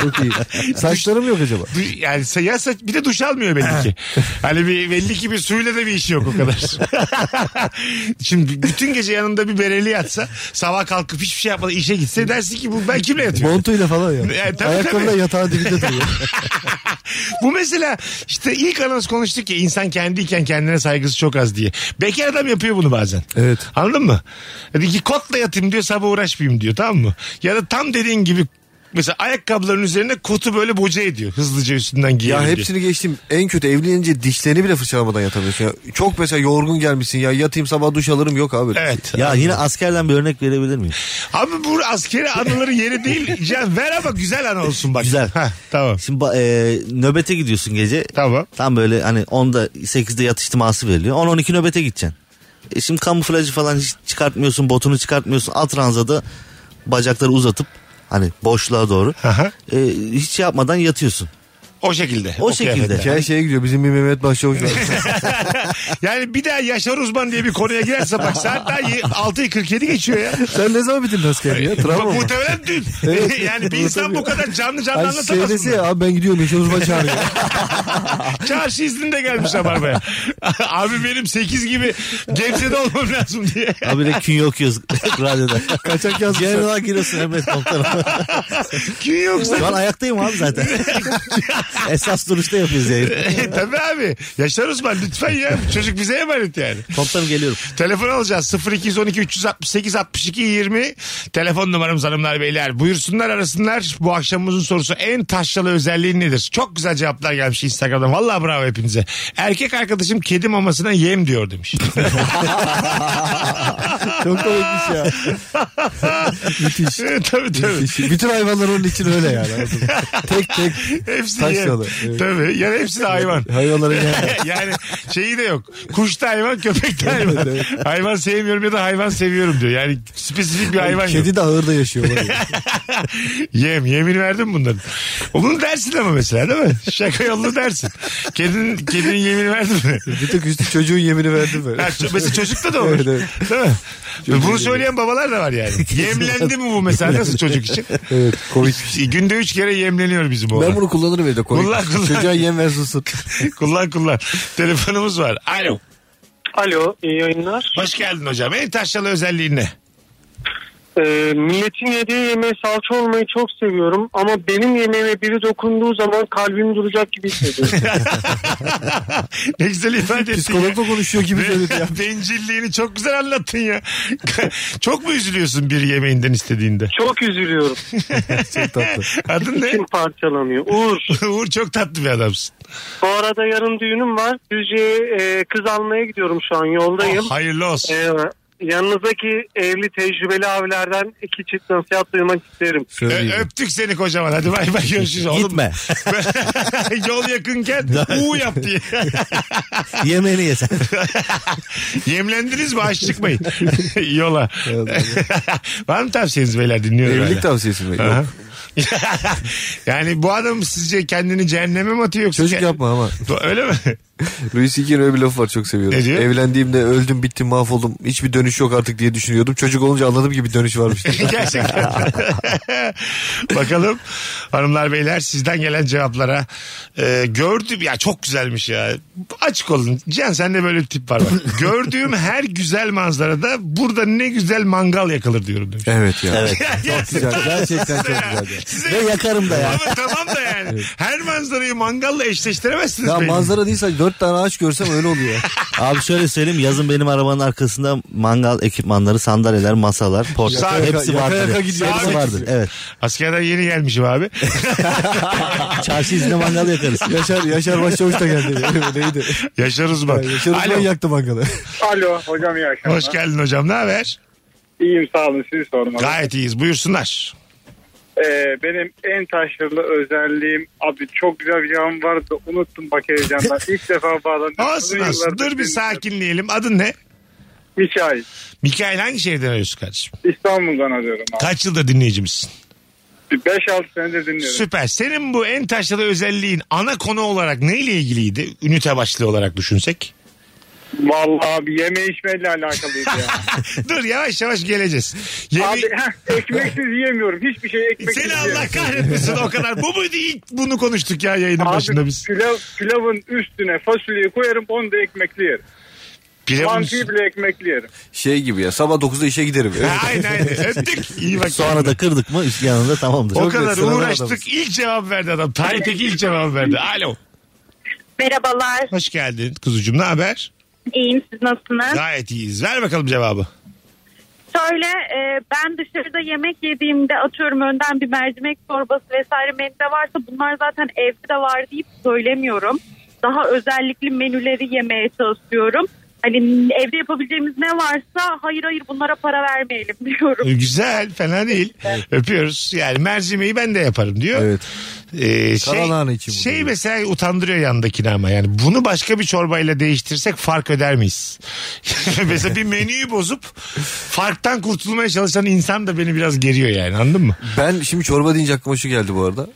Çok iyi. Saçlarım yok acaba? Du- Yani se- ya saç- bir de duş almıyor belli ki. hani bir belli ki bir suyla da bir işi yok o kadar. Şimdi bütün gece yanında bir bereli yatsa sabah kalkıp hiçbir şey yapmadan işe gitse dersin ki bu ben kimle yatıyorum? Montuyla falan ya. Evet, tabii, Ayakkabıyla tabii. yatağın dibinde duruyor. Bu mesela işte ilk anons konuştuk ya insan kendiyken kendine saygısı çok az diye. Bekar adam yapıyor bunu bazen. Evet. Anladın mı? Dedi ki kotla yatayım diyor sabah uğraşmayayım diyor tamam mı? Ya da tam dediğin gibi mesela ayakkabıların üzerine kotu böyle boca ediyor. Hızlıca üstünden giyelim ya diye. hepsini geçtim. En kötü evlenince dişlerini bile fırçalamadan yatamıyorsun. Ya. Çok mesela yorgun gelmişsin ya yatayım sabah duş alırım yok abi. öyle bir şey. Evet. Ya yine askerden bir örnek verebilir miyim? Abi bu askeri anıları yeri değil. Ya ver ama güzel anı olsun bak. Güzel. Heh, tamam. Şimdi ba- e, nöbete gidiyorsun gece. Tamam. Tam böyle hani 10'da 8'de yatış timası veriliyor. 10-12 nöbete gideceksin. E şimdi kamuflajı falan hiç çıkartmıyorsun. Botunu çıkartmıyorsun. Alt ranzada bacakları uzatıp hani boşluğa doğru. Aha. E, hiç şey yapmadan yatıyorsun. O şekilde. O şekilde. kıyafetle. Hikaye şeye gidiyor bizim bir Mehmet Başçavuş var. Yani bir daha Yaşar Uzman diye bir konuya girerse bak saat daha ye- 6'yı 47 geçiyor ya. Sen ne zaman bitirdin askeri ya? Bu Travma mı? muhtemelen dün. Evet. yani bir insan bu kadar canlı canlı Ay şey anlatamaz. dese bunu. ya abi ben gidiyorum Yaşar Uzman çağırıyor. Çarşı izninde gelmiş Rabarba'ya. Abi benim 8 gibi Gebze'de olmam lazım diye. Abi de künye okuyoruz radyoda. Kaçak yazmışlar. Genel olarak giriyorsun Emret Komutanım. Gün yoksa. Şu an ayaktayım abi zaten. Esas duruşta yapıyoruz yayını. E, Tabii abi. Yaşar Uzman lütfen ya. Çocuk bize emanet yani. Komutanım geliyorum. Telefon alacağız 0212 368 62 20 telefon numaramız hanımlar beyler buyursunlar arasınlar bu akşamımızın sorusu en taşralı özelliği nedir çok güzel cevaplar gelmiş instagramdan valla bravo hepinize erkek arkadaşım kedi mamasına yem diyor demiş Çok komikmiş ya. Müthiş. tabii tabii Müthiş. Bütün hayvanlar onun için öyle yani. aslında. tek tek hepsi yem taşralı. Evet. tabii yani hepsi de hayvan Hayvanların yani. yani şeyi de yok. Kuş da hayvan, köpek de hayvan. hayvan sevmiyorum ya da hayvan seviyorum diyor. Yani spesifik bir hayvan yok. Kedi de ağırda yaşıyorlar. ya. Yem, yemin verdim bunların. Onun dersin ama mesela değil mi? Şaka yollu dersin. Kedinin, kedinin yemini verdin mi? Bir tek üstü çocuğun yemini verdim Ha, böyle. ço- mesela çocukta da olur. Evet, Değil mi? Bunu söyleyen babalar da var yani. Yemlendi mi bu mesela nasıl çocuk için? Evet komik. Günde üç kere yemleniyor bizim oğlan. şey. Ben bunu kullanırım evde komik. Kullan, kullan. Çocuğa yem ver susun. kullan kullan. Telefonumuz var. Alo. Alo iyi yayınlar. Hoş geldin hocam. En taşralı özelliğin ne? Ee, milletin yediği yemeğe salça olmayı çok seviyorum ama benim yemeğime biri dokunduğu zaman kalbim duracak gibi hissediyorum. ne güzel ifade ettin ya. Psikologla konuşuyor gibi söyledi ya. Bencilliğini çok güzel anlattın ya. çok mu üzülüyorsun bir yemeğinden istediğinde? çok üzülüyorum. Çok tatlı. Adın ne? İçim parçalanıyor. Uğur. Uğur çok tatlı bir adamsın. Bu arada yarın düğünüm var. Düzce'ye e, kız almaya gidiyorum şu an yoldayım. Oh, hayırlı olsun. Ee, yanınızdaki evli tecrübeli abilerden şey iki çift nasihat duymak isterim. Şöyle Ö- diyeyim. öptük seni kocaman. Hadi bay bay görüşürüz. Oğlum, Gitme. Yol yakınken U yap diye. Yemeğini yesen. Yemlendiniz mi aç çıkmayın. Yola. Var mı tavsiyeniz beyler dinliyorum. Evlilik tavsiyesi mi? Aha. Yok. yani bu adam sizce kendini cehenneme mi atıyor yoksa? Çocuk yapma ama. Öyle mi? Louis C.K.'nin öyle bir lafı var çok seviyorum. Ne diyor? Evlendiğimde öldüm bittim mahvoldum. Hiçbir dönüş yok artık diye düşünüyordum. Çocuk olunca anladım ki bir dönüş varmış. diye. Gerçekten. Bakalım hanımlar beyler sizden gelen cevaplara Ee, gördüm ya çok güzelmiş ya açık olun Can sende böyle bir tip var bak. gördüğüm her güzel manzarada burada ne güzel mangal yakılır diyorum demiş. evet ya. Evet. Ya Çok güzel. Gerçekten çok güzel. ya. size- Ve yakarım da ya. Ama tamam da yani her manzarayı mangalla eşleştiremezsiniz. Ya benim. manzara değil sadece dört tane ağaç görsem öyle oluyor. Abi şöyle söyleyeyim yazın benim arabanın arkasında mangal ekipmanları, sandalyeler, masalar, Yaka portatif yaka- hepsi yaka vardır. yaka gidiyor. hepsi Sabit. vardır. Evet. Askerden yeni gelmişim abi. Çarşı izinde mangal yakarız. Yaşar Yaşar Başçavuş da geldi. Neydi? Yaşar uzman. Yaşar Uzman Alo. yaktı mangalı. Alo hocam iyi akşamlar. Hoş geldin hocam ne haber? İyiyim sağ olun sizi sormalı. Gayet iyiyiz buyursunlar. Ee, benim en taşralı özelliğim abi çok güzel bir cevabım vardı unuttum bak heyecandan. İlk defa bağlandım. Olsun Uzun olsun. yıllardır Dur bir dinliyorum. sakinleyelim. Adın ne? Mikail Mikail hangi şehirden arıyorsun kardeşim? İstanbul'dan arıyorum abi. Kaç yıldır dinleyicimizsin? 5-6 senedir dinliyorum. Süper. Senin bu en taşralı özelliğin ana konu olarak neyle ilgiliydi? Ünite başlığı olarak düşünsek. Vallahi abi yeme içmeyle alakalıydı ya. Dur yavaş yavaş geleceğiz. Yeni... Abi heh, ekmeksiz yiyemiyorum. Hiçbir şey ekmeksiz Seni yiyemiyorum. Allah kahretmesin o kadar. Bu muydu ilk bunu konuştuk ya yayının başında Abi biz. pilav, pilavın üstüne fasulyeyi koyarım onu da ekmekli yerim. Pilavın Mantıyı üstü- bile ekmekli yerim. Şey gibi ya sabah 9'da işe giderim. Ha, Aynen aynen. Öptük. İyi bak. Sonra da kırdık mı üst yanında tamamdır. o Çok kadar sıradan uğraştık. adamız. İlk cevap verdi adam. Tayyip Ek ilk cevap verdi. Alo. Merhabalar, Hoş geldin kuzucuğum. Ne haber? iyiyim siz nasılsınız? Gayet iyiyiz. Ver bakalım cevabı. Şöyle e, ben dışarıda yemek yediğimde atıyorum önden bir mercimek çorbası vesaire menüde varsa bunlar zaten evde de var deyip söylemiyorum. Daha özellikli menüleri yemeye çalışıyorum. Hani evde yapabileceğimiz ne varsa hayır hayır bunlara para vermeyelim diyorum. Güzel fena değil. Öpüyoruz. Yani mercimeği ben de yaparım diyor. Evet. Ee, şey, Karalahana için bu şey diyor. mesela utandırıyor yandakini ama yani bunu başka bir çorbayla değiştirsek fark öder miyiz? mesela bir menüyü bozup farktan kurtulmaya çalışan insan da beni biraz geriyor yani anladın mı? Ben şimdi çorba deyince aklıma şu geldi bu arada.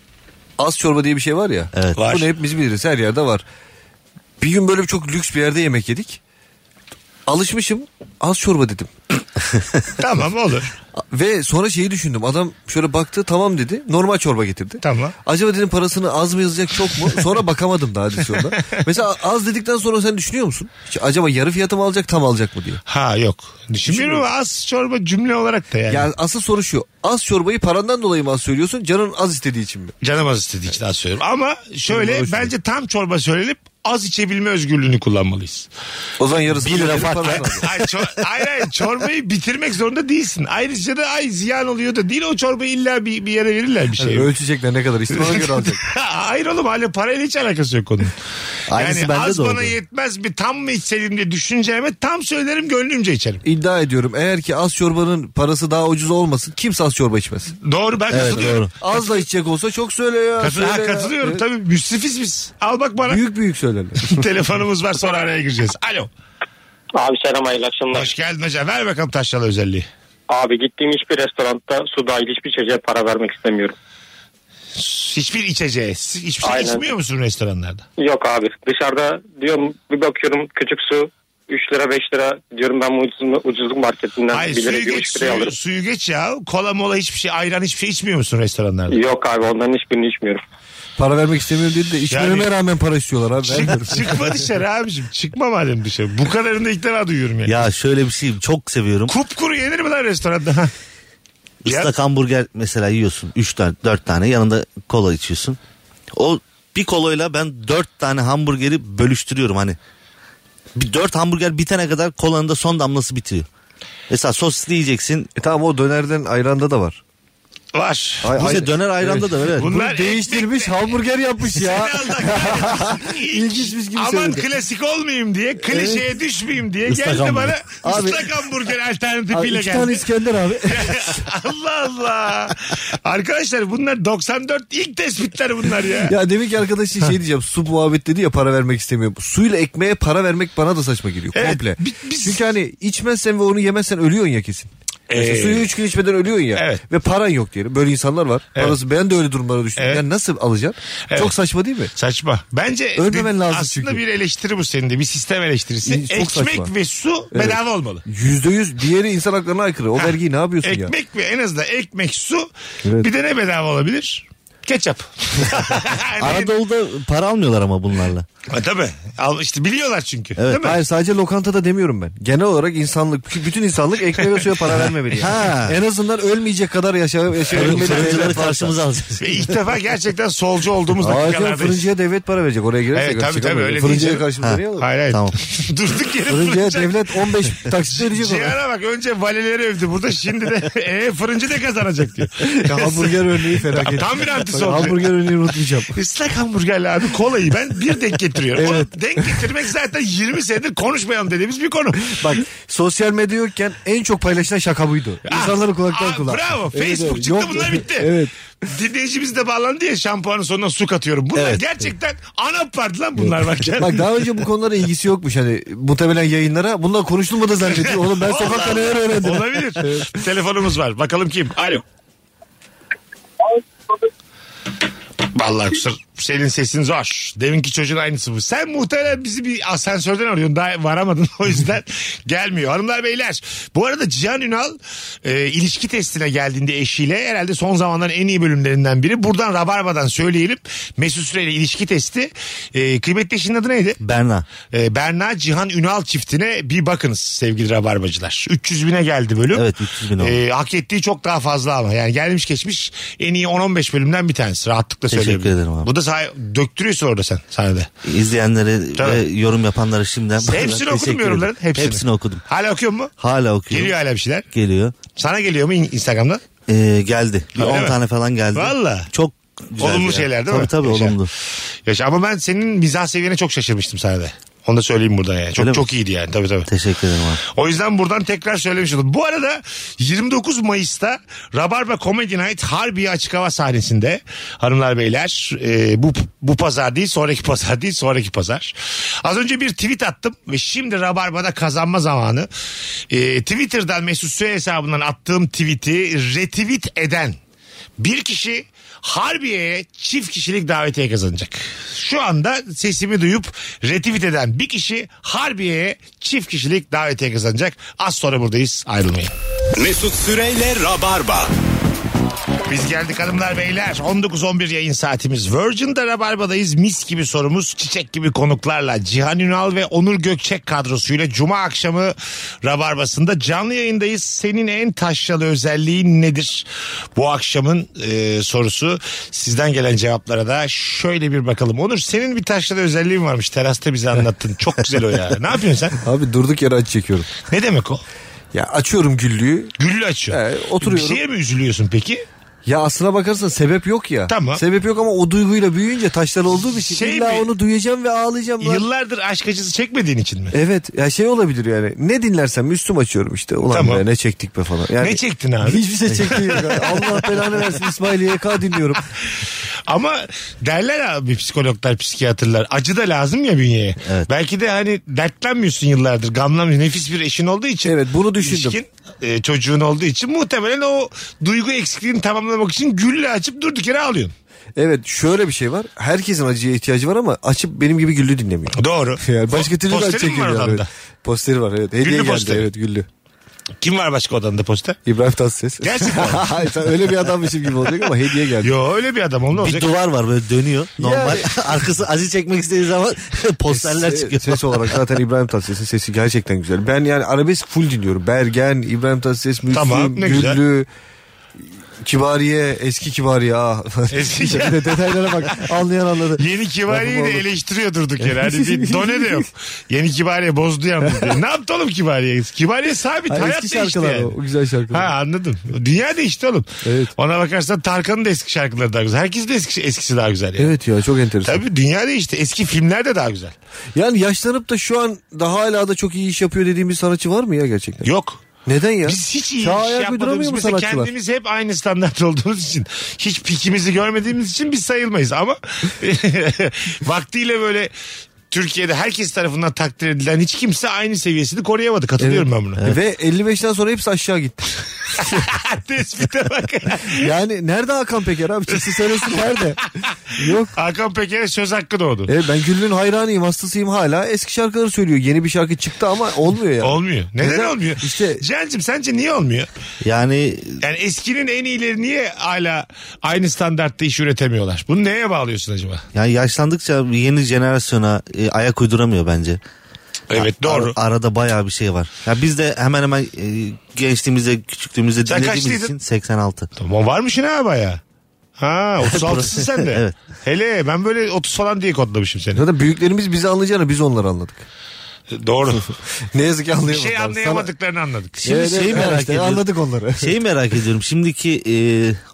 Az çorba diye bir şey var ya. Evet. Var. Bunu hepimiz biliriz her yerde var. Bir gün böyle çok lüks bir yerde yemek yedik. Alışmışım az çorba dedim. tamam olur. Ve sonra şeyi düşündüm. Adam şöyle baktı tamam dedi. Normal çorba getirdi. Tamam. Acaba dedim parasını az mı yazacak çok mu? Sonra bakamadım daha sonra. Mesela az dedikten sonra sen düşünüyor musun? Hiç acaba yarı fiyatı mı alacak tam alacak mı diye. Ha yok. Düşünmüyorum ama az çorba cümle olarak da yani. Yani asıl soru şu. Az çorbayı parandan dolayı mı az söylüyorsun? Canın az istediği için mi? Canım az istediği için az söylüyorum. Ama şöyle Canım az bence tam çorba söylenip az içebilme özgürlüğünü kullanmalıyız. O zaman yarısını Bir lira verip farkla. parandan al. Ay, çor- hayır hayır çorbayı bitirmek zorunda değilsin. Ayrıca da ay ziyan oluyor da değil o çorbayı illa bir, bir yere verirler bir şey. Ölçecekler ne kadar istiyor ona göre alacak. hayır oğlum hala parayla hiç alakası yok onun. Aynısı yani bende az de oldu. bana yetmez bir tam mı içelim diye düşüneceğime tam söylerim gönlümce içerim. İddia ediyorum eğer ki az çorbanın parası daha ucuz olmasın kimse az çorba içmez. Doğru ben Evet katılıyorum. doğru. Az da içecek olsa çok söyle ya. Katıl- söyle ha, ya. katılıyorum Evet. tabii müsrifiz biz. Al bak bana Büyük büyük söylerler. telefonumuz var sonra araya gireceğiz. Alo. Abi selam hayırlı akşamlar. Hoş geldin hocam ver bakalım taşralı özelliği. Abi gittiğim hiçbir restoranda su dahil hiçbir içeceğe para vermek istemiyorum. Hiçbir içeceği. Siz Hiçbir şey Aynen. içmiyor musun restoranlarda? Yok abi dışarıda diyorum bir bakıyorum küçük su 3 lira 5 lira diyorum ben bu ucuzluk, ucuzluk marketinden Hayır 1 lira suyu 3 geç liraya suyu, alırım. suyu geç ya. Kola mola hiçbir şey ayran hiçbir şey içmiyor musun restoranlarda? Yok abi onların hiçbirini içmiyorum. Para vermek istemiyorum dedi de içmelerine Yani- rağmen para istiyorlar abi. vermiyorum. Çık, çıkma dışarı abicim. Çıkma madem dışarı. Bu kadarını da ilk defa duyuyorum yani. Ya şöyle bir şey çok seviyorum. Kupkuru yenir mi lan restoranda? Islak hamburger mesela yiyorsun. 3 tane 4 tane yanında kola içiyorsun. O bir kolayla ben 4 tane hamburgeri bölüştürüyorum hani. 4 hamburger bitene kadar kolanın da son damlası bitiyor. Mesela sosisli yiyeceksin. E tamam o dönerden ayranda da var. Var. Ay- ay- Bize döner ayranda da var. evet. Bunu değiştirmiş hamburger yapmış ya. İlginçmiş gibi Aman söyledi. klasik olmayayım diye, klişeye düşmeyeyim diye Islak geldi hamburger. bana Abi- ıslak hamburger Abi alternatifiyle iki tane geldi. İskender abi. Allah Allah. Arkadaşlar bunlar 94 ilk tespitler bunlar ya. ya demin ki arkadaşın şey diyeceğim su muhabbet dedi ya para vermek istemiyorum. Suyla ekmeğe para vermek bana da saçma geliyor Evet, komple. Çünkü hani içmezsen ve onu yemezsen ölüyorsun ya kesin. Mesela Ee. suyu üç gün içmeden ölüyorsun ya Evet. ve paran yok diyelim. Böyle insanlar var. Evet. Parası ben de öyle durumlara düştüm. Evet. Yani nasıl alacaksın? Evet. Çok saçma değil mi? Saçma. Bence Ölmemen de- lazım aslında çünkü. bir eleştiri bu senin de bir sistem eleştirisi. İyi, çok Ekmek saçma. ve su Evet. bedava olmalı. Yüzde yüz diğeri insan haklarına aykırı. O vergiyi ne yapıyorsun ya? Ekmek ve en azından ekmek, su Evet. bir de ne bedava olabilir? Ketçap. Hani- Anadolu'da para almıyorlar ama bunlarla. Ha, tabii. Al, işte biliyorlar çünkü. Değil Evet. mi? Hayır sadece lokantada demiyorum ben. Genel olarak insanlık, bütün insanlık ekmeğe ve suya para vermemeli. yani. Ha. En azından ölmeyecek kadar yaşa, yaşayabilmeli. Fırıncıları karşımıza alacağız. Ve ilk defa gerçekten solcu olduğumuz Hayır canım, dakikalardayız. fırıncıya devlet para verecek oraya girerse. Evet, tabii, çıkamıyor. tabii, öyle Fırıncıya diyeceğim. karşımıza Ha. niye alır? Hayır hayır. Tamam. Durduk yere Fırıncıya fırıncı. devlet 15 taksit ödeyecek ona. Cihan'a bak önce valileri övdü burada şimdi de e, fırıncı ne kazanacak diyor. Ya hamburger örneği felaket. Tam bir antisol. Bak, Hamburger örneği unutmayacağım. Islak hamburgerle abi kolayı ben bir denk getiriyorum. Evet. O denk getirmek zaten 20 senedir konuşmayalım dediğimiz bir konu. Bak sosyal medya yokken en çok paylaşılan şaka buydu. İnsanları kulaktan Aa, kulağa. Ah. Bravo. Evet, Facebook evet. çıktı Yok, bunlar bitti. Evet. Dinleyicimiz de bağlandı ya şampuanın sonuna su katıyorum. Bunlar Evet. gerçekten ana parti lan bunlar bak. ya. Bak daha önce bu konulara ilgisi yokmuş hani muhtemelen yayınlara. Bunlar konuşulmadı zannediyor. Oğlum ben sokakta neler öğrendim. Olabilir. Telefonumuz var. Bakalım kim? Alo. Vallahi kusur. Senin sesin zor. Deminki çocuğun aynısı bu. Sen muhtemelen bizi bir asansörden arıyorsun. Daha varamadın o yüzden gelmiyor. Hanımlar beyler. Bu arada Cihan Ünal e, ilişki testine geldiğinde eşiyle herhalde son zamanların en iyi bölümlerinden biri. Buradan Rabarba'dan söyleyelim. Mesut Süreyle ilişki testi. E, kıymetli eşinin adı neydi? Berna. E, Berna Cihan Ünal çiftine bir bakınız sevgili rabarbacılar. 300 bine geldi bölüm. Evet, 300 bin oldu. E, hak ettiği çok daha fazla ama. Yani gelmiş geçmiş en iyi 10-15 bölümden bir tanesi. Rahatlıkla Teşekkür söyleyebilirim. ederim abi. Bu da sahi- döktürüyorsun orada sen sahnede. İzleyenlere Tabii. ve yorum yapanlara şimdiden Hepsini teşekkür okudun mu yorumların? ederim. Hepsini. okudum. Hala okuyor mu? Hala okuyorum. Geliyor hala bir şeyler. Geliyor. Sana geliyor mu in- Instagram'da? Ee, geldi. Bir Öyle 10 mi? tane falan geldi. Valla. Çok güzel. Olumlu ya. şeyler değil mi? Tabii tabii Yaşa. olumlu. Yaşa. Ama ben senin mizah seviyene çok şaşırmıştım sahnede. Onu da söyleyeyim burada yani. Çok Öyle mi? çok iyiydi yani. Tabii tabii. Teşekkür ederim abi. O yüzden buradan tekrar söylemiş oldum. Bu arada 29 Mayıs'ta Rabarba Comedy Night Harbiye Açık Hava sahnesinde hanımlar beyler e, bu bu pazar değil sonraki pazar değil sonraki pazar. Az önce bir tweet attım ve şimdi Rabarba'da kazanma zamanı. E, Twitter'dan Mesut Süre hesabından attığım tweet'i retweet eden bir kişi Harbiye'ye çift kişilik davetiye kazanacak. Şu anda sesimi duyup retweet eden bir kişi Harbiye'ye çift kişilik davetiye kazanacak. Az sonra buradayız ayrılmayın. Mesut Süreyle Rabarba. Biz geldik hanımlar beyler. 19-11 yayın saatimiz. Virgin'de Rabarba'dayız. Mis gibi sorumuz. Çiçek gibi konuklarla Cihan Ünal ve Onur Gökçek kadrosuyla Cuma akşamı Rabarba'sında canlı yayındayız. Senin en taşralı özelliğin nedir? Bu akşamın e, sorusu. Sizden gelen cevaplara da şöyle bir bakalım. Onur senin bir taşralı özelliğin varmış. Terasta bize anlattın. Çok güzel o ya. Ne yapıyorsun sen? Abi durduk yere acı çekiyorum. Ne demek o? Ya açıyorum güllüğü. Güllü açıyor. Ee, oturuyorum. Bir şeye mi üzülüyorsun peki? Ya aslına bakarsan sebep yok ya. Tamam. Sebep yok ama o duyguyla büyüyünce taşlar olduğu için Şey illa mi? onu duyacağım ve ağlayacağım. lan. Yıllardır aşk acısı çekmediğin için mi? Evet ya şey olabilir yani ne dinlersem Müslüm açıyorum işte ulan Tamam. be, ne çektik be falan. Yani, Ne çektin abi? Hiçbir şey çektiğim yok. Allah belanı versin İsmail YK dinliyorum. Ama derler abi psikologlar, psikiyatrlar. Acı da lazım ya bünyeye. Evet. Belki de hani dertlenmiyorsun yıllardır. Gamlanmıyorsun. Nefis bir eşin olduğu için. Evet, bunu düşündüm. İlişkin, e, çocuğun olduğu için. Muhtemelen o duygu eksikliğini tamamlamak için gülle açıp durduk yere ağlıyorsun. Evet şöyle bir şey var. Herkesin acıya ihtiyacı var ama açıp benim gibi güllü dinlemiyor. Doğru. Yani başka türlü posteri acı mi var çekilmiyor. odanda? evet. Posteri var evet. Hediye Güllü geldi posteri. evet güllü. Kim var başka odanda poster? İbrahim Tatlıses. Gerçekten. Hayır, sen öyle bir adammışım gibi olacak ama hediye geldi. Yo öyle bir adam oldu Bir olacak. duvar var böyle dönüyor normal. Arkası acı çekmek istediği zaman posterler Se- çıkıyor. Ses olarak zaten İbrahim Tatlıses'in sesi gerçekten güzel. Ben yani arabesk full dinliyorum. Bergen, İbrahim Tatlıses, Müslüm, Tamam, ne güzel. Güllü, Kibariye, eski Kibariye. ah. Eski- İşte bir de detaylara bak. Anlayan anladı. Yeni kibariyeyi de Lafım oldu. eleştiriyor durduk yere. Hani bir done de yok. Yeni kibariye bozdu yalnız diye. Ne yaptı oğlum kibariye? Kibariye sabit. Hayır, hayat eski değişti şarkılar yani. o. o güzel şarkılar. Ha anladım. Dünya değişti oğlum. Evet. Ona bakarsan Tarkan'ın da eski şarkıları daha güzel. Herkesin de eski, eskisi daha güzel yani. Evet ya çok enteresan. Tabii dünya değişti. Eski filmler de daha güzel. Yani yaşlanıp da şu an daha hala da çok iyi iş yapıyor dediğimiz sanatçı var mı ya gerçekten? Yok. Neden ya? Biz hiç iyi Çağa iş ayak yapmadığımız uyduramıyor mu mesela sanatçılar? kendimiz hep aynı standart olduğumuz için hiç pikimizi görmediğimiz için biz sayılmayız ama vaktiyle böyle Türkiye'de herkes tarafından takdir edilen hiç kimse aynı seviyesini koruyamadı. Katılıyorum ben buna. Ve 55'ten sonra hepsi aşağı gitti. Tespite bak. Yani nerede Hakan Peker abi? Çıksın söylesin nerede? Yok. Hakan Peker'e söz hakkı doğdu. Evet ben Güllü'nün hayranıyım hastasıyım hala eski şarkıları söylüyor. Yeni bir şarkı çıktı ama olmuyor yani. Olmuyor. Neden, Neden? olmuyor? İşte... İşte- Can'cığım sence niye olmuyor? Yani Yani eskinin en iyileri niye hala aynı standartta iş üretemiyorlar? Bunu neye bağlıyorsun acaba? yani yaşlandıkça yeni jenerasyona e, ayak uyduramıyor bence. Evet doğru. Ar- arada bayağı bir şey var. Ya biz de hemen hemen e, gençliğimizde, küçüklüğümüzde Sen dinlediğimiz kaçlıydın? için 86. Tamam varmış ne bayağı. Ha 36'sın sen de. Evet. Hele ben böyle 30 falan diye kodlamışım seni. Zaten büyüklerimiz bizi anlayacağını biz onları anladık. Doğru. Ne yazık ki Bir anlayamadık. şey abi. anlayamadıklarını anladık. Sana... Şimdi Evet, şeyi şey evet, merak işte ediyorum. Anladık onları. Şeyi merak ediyorum şimdiki e,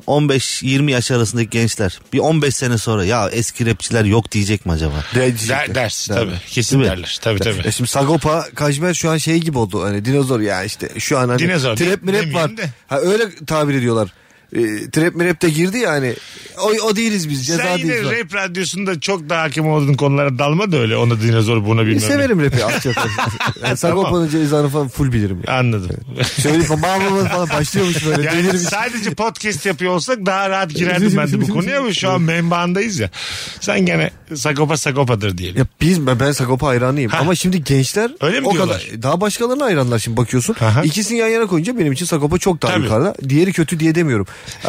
15-20 yaş arasındaki gençler bir 15 sene sonra ya eski rapçiler yok diyecek mi acaba? Der, ders tabii. Kesin Değil mi? derler. Tabii tabii. Ya E şimdi Sagopa Kajmer şu an şey gibi oldu hani dinozor ya işte şu an hani Dinozor trap mi demeyeyim rap var. de. Ha, öyle tabir ediyorlar. E, trap mi rap de girdi ya hani o, o değiliz biz ceza Sen yine değiliz. E, var. rap radyosunda çok daha hakim olduğun konulara dalma da öyle. Ona dinozor buna bilmem. ne. Severim rapi az çok. Yani Sagopa'nın cezanı falan full bilirim. Yani. Anladım. Şöyle falan, bağ- bağ- bağ falan başlıyormuş böyle. Yani delirmiş. sadece podcast yapıyor olsak daha rahat girerdim ben de bu konuya ama şu an menbaandayız ya. Sen gene sagopa sagopadır diyelim. Ya biz ben, ben Sagopa hayranıyım ama şimdi gençler Öyle mi o diyorlar? kadar daha başkalarına hayranlar şimdi bakıyorsun. Aha. İkisini yan yana koyunca benim için Sagopa çok daha Tabii. yukarıda. Diğeri kötü diye demiyorum.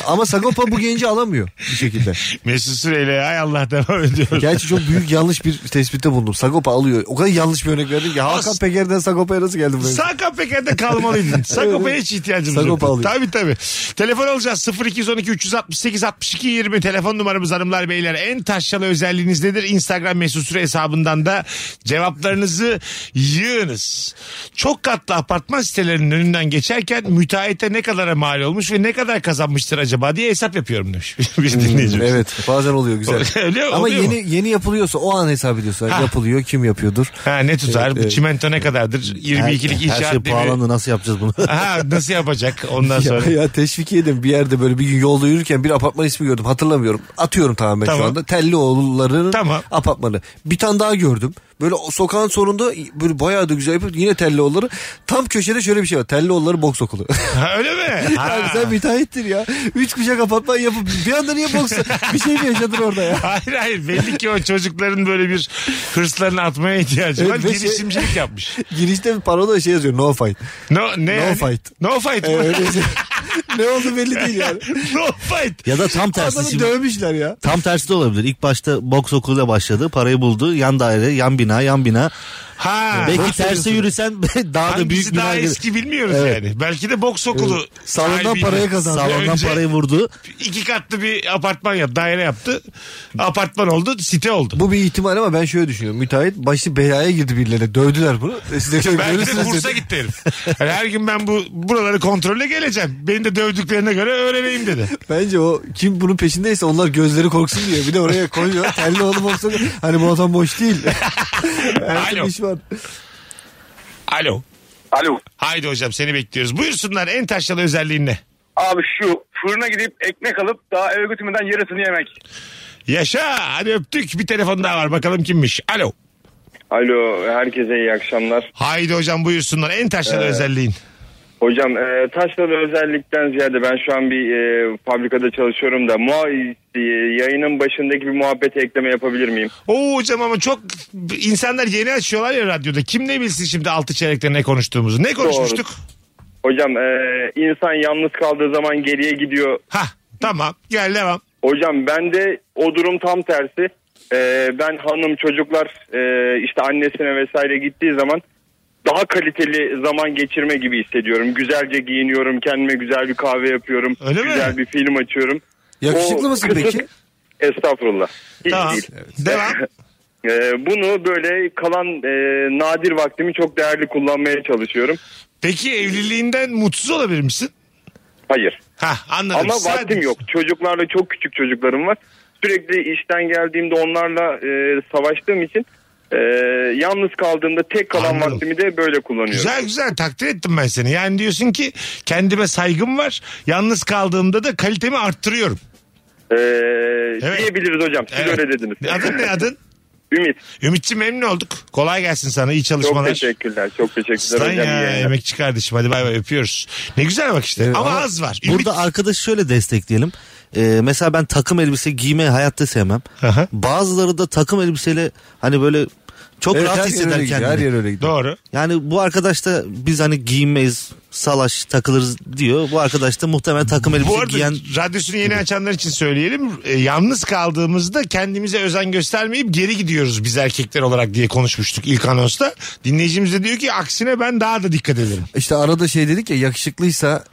Ama Sagopa bu genci alamıyor bir şekilde. Mesut Süreyle ay Allah devam ediyoruz. Gerçi çok büyük yanlış bir tespitte bulundum. Sagopa alıyor. O kadar yanlış bir örnek verdim ki Hakan As- Peker'den Sagopa'ya nasıl geldim ben? Sagopa Peker'de kalmalıydın. Sagopa'ya hiç ihtiyacımız Sagopa yok. alayım. Tabii tabii. Telefon alacağız 0212 368 62 20 telefon numaramız hanımlar beyler. En taşralı özelliğiniz nedir? Instagram mesut süre hesabından da cevaplarınızı yığınız. Çok katlı apartman sitelerinin önünden geçerken müteahhite ne kadara mal olmuş ve ne kadar kazanmıştır acaba diye hesap yapıyorum demiş. Bir dinleyicimiz. Hmm, Evet bazen oluyor güzel. Öyle Ama oluyor mu? yeni yeni yapılıyorsa o an hesap ediyorsun. Ha. Yapılıyor kim yapıyordur. Ha ne tutar? Evet, Bu evet. çimento ne kadardır? Her, 22'lik her şey inşaat değil pahalandı nasıl yapacağız bunu? Ha nasıl yapacak ondan sonra? Ya, ya teşviki edin bir yerde böyle bir gün yolda yürürken bir apartman ismi gördüm hatırlamıyorum. Atıyorum tamamen şu Tamam. anda. Tellioğulları'nın Tamam. apartmanı. Bir tane daha gördüm. Böyle o sokağın sonunda böyle bayağı da güzel yapıp yine Tellioğulları. Tam köşede şöyle bir şey var. Tellioğulları boks okulu. Ha, öyle mi? Ha. Abi sen müteahhittir ya. Üç kuşak apartman yapıp bir anda niye boks? bir şey mi yaşadın orada ya? Hayır hayır belli ki o çocukların böyle bir hırslarını atmaya ihtiyacı var. Evet, ve şey- Girişimcilik yapmış. Girişte bir paroda şey yazıyor no fight. No, ne no fight. No fight Ee, mı? öyle bir şey. ne oldu belli değil yani. no fight. ya da tam tersi Adamı şimdi. dövmüşler ya. Tam tersi de olabilir. İlk başta boks okuluyla başladı. Parayı buldu. Yan daire, yan bina, yan bina. Ha. Belki tersi yürüsen daha da büyük Hangisi daha bina gelir. eski bilmiyoruz yani. Belki de boks okulu. Salondan sahibiyle paraya kazandı. Salondan Önce parayı vurdu. iki katlı bir apartman yaptı. Daire yaptı. Apartman oldu. Site oldu. Bu bir ihtimal ama ben şöyle düşünüyorum. Müteahhit başı belaya girdi birilerine. Dövdüler bunu. E Siz de şöyle Belki de görürsünüz kursa dedi. gitti herif. Yani her gün ben bu buraları kontrole geleceğim. Beni de dövdüklerine göre öğreneyim dedi. Bence o kim bunun peşindeyse onlar gözleri korksun diye. Bir de oraya koyuyor. Telli oğlum olsun. Hani bu adam boş değil. Her türlü Alo. iş var. Alo. Alo. Haydi hocam seni bekliyoruz. Buyursunlar en taşralı özelliğin ne? Abi şu fırına gidip ekmek alıp daha eve götürmeden yarısını yemek. Yaşa hadi öptük bir telefon daha var bakalım kimmiş. Alo. Alo herkese iyi akşamlar. Haydi hocam buyursunlar en taşralı özelliğin. Hocam e, taşralı özellikten ziyade ben şu an bir e, fabrikada çalışıyorum da muha e, yayının başındaki bir muhabbete ekleme yapabilir miyim? Oo hocam ama çok insanlar yeni açıyorlar ya radyoda. Kim ne bilsin şimdi altı çeyrekte ne konuştuğumuzu. Ne konuşmuştuk? Hocam e, insan yalnız kaldığı zaman geriye gidiyor. Ha tamam gel devam. Hocam ben de o durum tam tersi. E, ben hanım çocuklar e, işte annesine vesaire gittiği zaman daha kaliteli zaman geçirme gibi hissediyorum. Güzelce giyiniyorum, kendime güzel bir kahve yapıyorum. Öyle mi? güzel bir film açıyorum. Yakışıklı O mısın kısıt- peki? Estağfurullah. Hiç Tamam. değil. Devam. Ee, bunu böyle kalan e, nadir vaktimi çok değerli kullanmaya çalışıyorum. Peki evliliğinden mutsuz olabilir misin? Hayır. Ha anladım. Ama Sadece- vaktim yok. Çocuklarla çok küçük çocuklarım var. Sürekli işten geldiğimde onlarla e, savaştığım için e, yalnız kaldığımda tek kalan Anladım. vaktimi de böyle kullanıyorum. Güzel güzel takdir ettim ben seni. Yani diyorsun ki kendime saygım var. Yalnız kaldığımda da kalitemi arttırıyorum. Ee, Evet. Diyebiliriz hocam. Siz Evet. öyle dediniz. Adın ne adın? Ümit. Ümitçi memnun olduk. Kolay gelsin sana. iyi çalışmalar. Çok teşekkürler. Çok teşekkürler Stan hocam. İyi ya yayınlar. emekçi kardeşim hadi bay bay öpüyoruz. Ne güzel bak işte Evet, ama, az var. Ümit- Burada arkadaşı şöyle destekleyelim. Ee, mesela ben takım elbise giymeyi hayatta sevmem. Aha. Bazıları da takım elbiseyle hani böyle çok Evet, rahat her yer öyle hisseder gidiyor, Her yer kendini. öyle gidiyor. Doğru. Yani bu arkadaş da biz hani giyinmeyiz salaş takılırız diyor. Bu arkadaş da muhtemelen takım Bu elbise arada giyen radyosunu yeni açanlar için söyleyelim. E, yalnız kaldığımızda kendimize özen göstermeyip geri gidiyoruz biz erkekler olarak diye konuşmuştuk ilk anonsta. Dinleyicimiz de diyor ki aksine ben daha da dikkat ederim. İşte arada şey dedik ya yakışıklıysa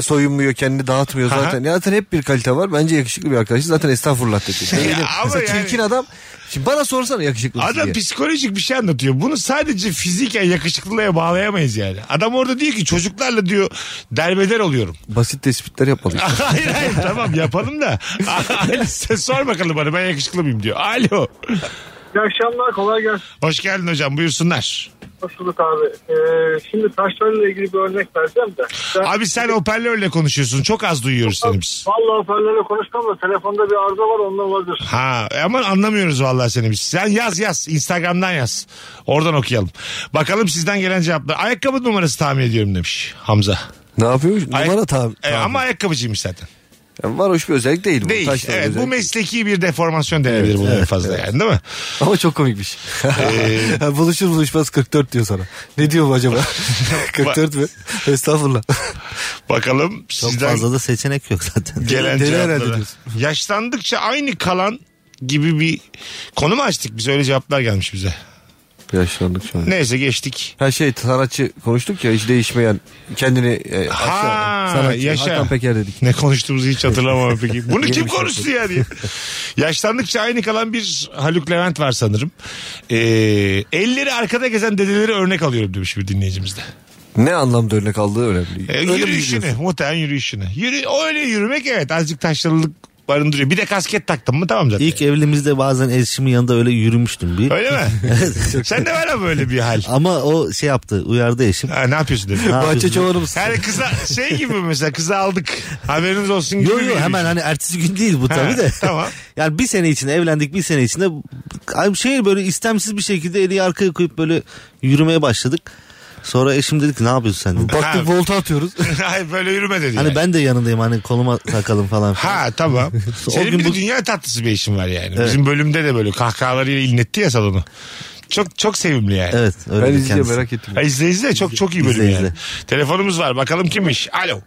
soyunmuyor kendini dağıtmıyor Aha. zaten. Zaten hep bir kalite var. Bence yakışıklı bir arkadaş. Zaten estağfurullah dedi. Ne bileyim, ama mesela yani- Çirkin adam. Şimdi bana sorsana yakışıklı mısın Adam diye. psikolojik bir şey anlatıyor. Bunu sadece fiziken yakışıklılığa bağlayamayız yani. Adam orada diyor ki çocuklarla diyor derbeder oluyorum. Basit tespitler yapmalı. işte. hayır hayır tamam yapalım da. Alo, Sen sor bakalım bana ben yakışıklı mıyım diyor. Alo. İyi akşamlar kolay gelsin. Hoş geldin hocam buyursunlar. Nasılsınız abi? Ee, şimdi taşlarla ilgili bir örnek vereceğim de. Ben- Abi sen hoparlörle konuşuyorsun. Çok az duyuyoruz seni biz. Vallahi hoparlörle konuştum da telefonda bir arıza var ondan vazgeçtim. Ha e ama anlamıyoruz vallahi seni biz. Sen yaz yaz. Instagram'dan yaz. Oradan okuyalım. Bakalım sizden gelen cevaplar. Ayakkabı numarası tahmin ediyorum demiş Hamza. ne yapıyor? Numara tam. E, ama ayakkabıcıymış zaten. Yani varoş bir özellik değil bu. Değil. Taşlı bir evet, bu özellik. mesleki bir deformasyon denebilir Evet, bunun en evet, fazla yani değil mi? Ama çok komikmiş. Ee, Buluşur buluşmaz 44 diyor sana. Ne diyor bu acaba? 44 mü? Estağfurullah. Bakalım çok sizden fazla da seçenek yok zaten. gelen Deli herhalde cevaplara. diyorsun. Yaşlandıkça aynı kalan gibi bir konu mu açtık biz? Öyle cevaplar gelmiş bize. Yaşlandık şu an. Neyse geçtik. Her şey sanatçı konuştuk ya hiç değişmeyen kendini e, Ha, aşağı, sanatçı, yaşa. Hakan Peker dedik. Ne konuştuğumuzu hiç hatırlamam peki. Bunu Yeni kim bir şey konuştu ya diye. Yaşlandıkça aynı kalan bir Haluk Levent var sanırım. Ee, elleri arkada gezen dedeleri örnek alıyorum demiş bir dinleyicimizde. Ne anlamda örnek aldığı önemli. Ee, Öyle mi yürüyüşünü gidiyorsun? muhtemelen yürüyüşünü. Yürü, öyle yürümek evet azıcık taşralılık barındırıyor. Bir de kasket taktım mı tamam zaten. İlk evliliğimizde bazen eşimin yanında öyle yürümüştüm bir. Öyle mi? Sen de var ama böyle bir hal. Ama o şey yaptı uyardı eşim. Ha, ne yapıyorsun dedim. Ne Bahçe yapıyorsun? çobanı mısın? Yani kıza şey gibi mesela kıza aldık haberiniz olsun gibi. Yok bir yok yürüyüş. hemen hani ertesi gün değil bu tabii de. tamam. Yani bir sene içinde evlendik bir sene içinde ay şey böyle istemsiz bir şekilde eli arkaya koyup böyle yürümeye başladık. Sonra eşim dedi ki ne yapıyorsun sen dedi. Baktık Ha. volta atıyoruz. Hayır böyle yürüme dedi. Hani yani. ben de yanındayım hani koluma takalım falan. filan. Ha tamam. Senin gün bir de bu- dünya tatlısı bir işin var yani. Bizim bölümde de böyle kahkahalarıyla inletti ya salonu. Çok çok sevimli yani. Evet öyle ben bir izleyeceğim kendisi. merak ettim. Ha, izle izle çok çok iyi bölüm İzle, yani. izle. Telefonumuz var bakalım kimmiş. Alo.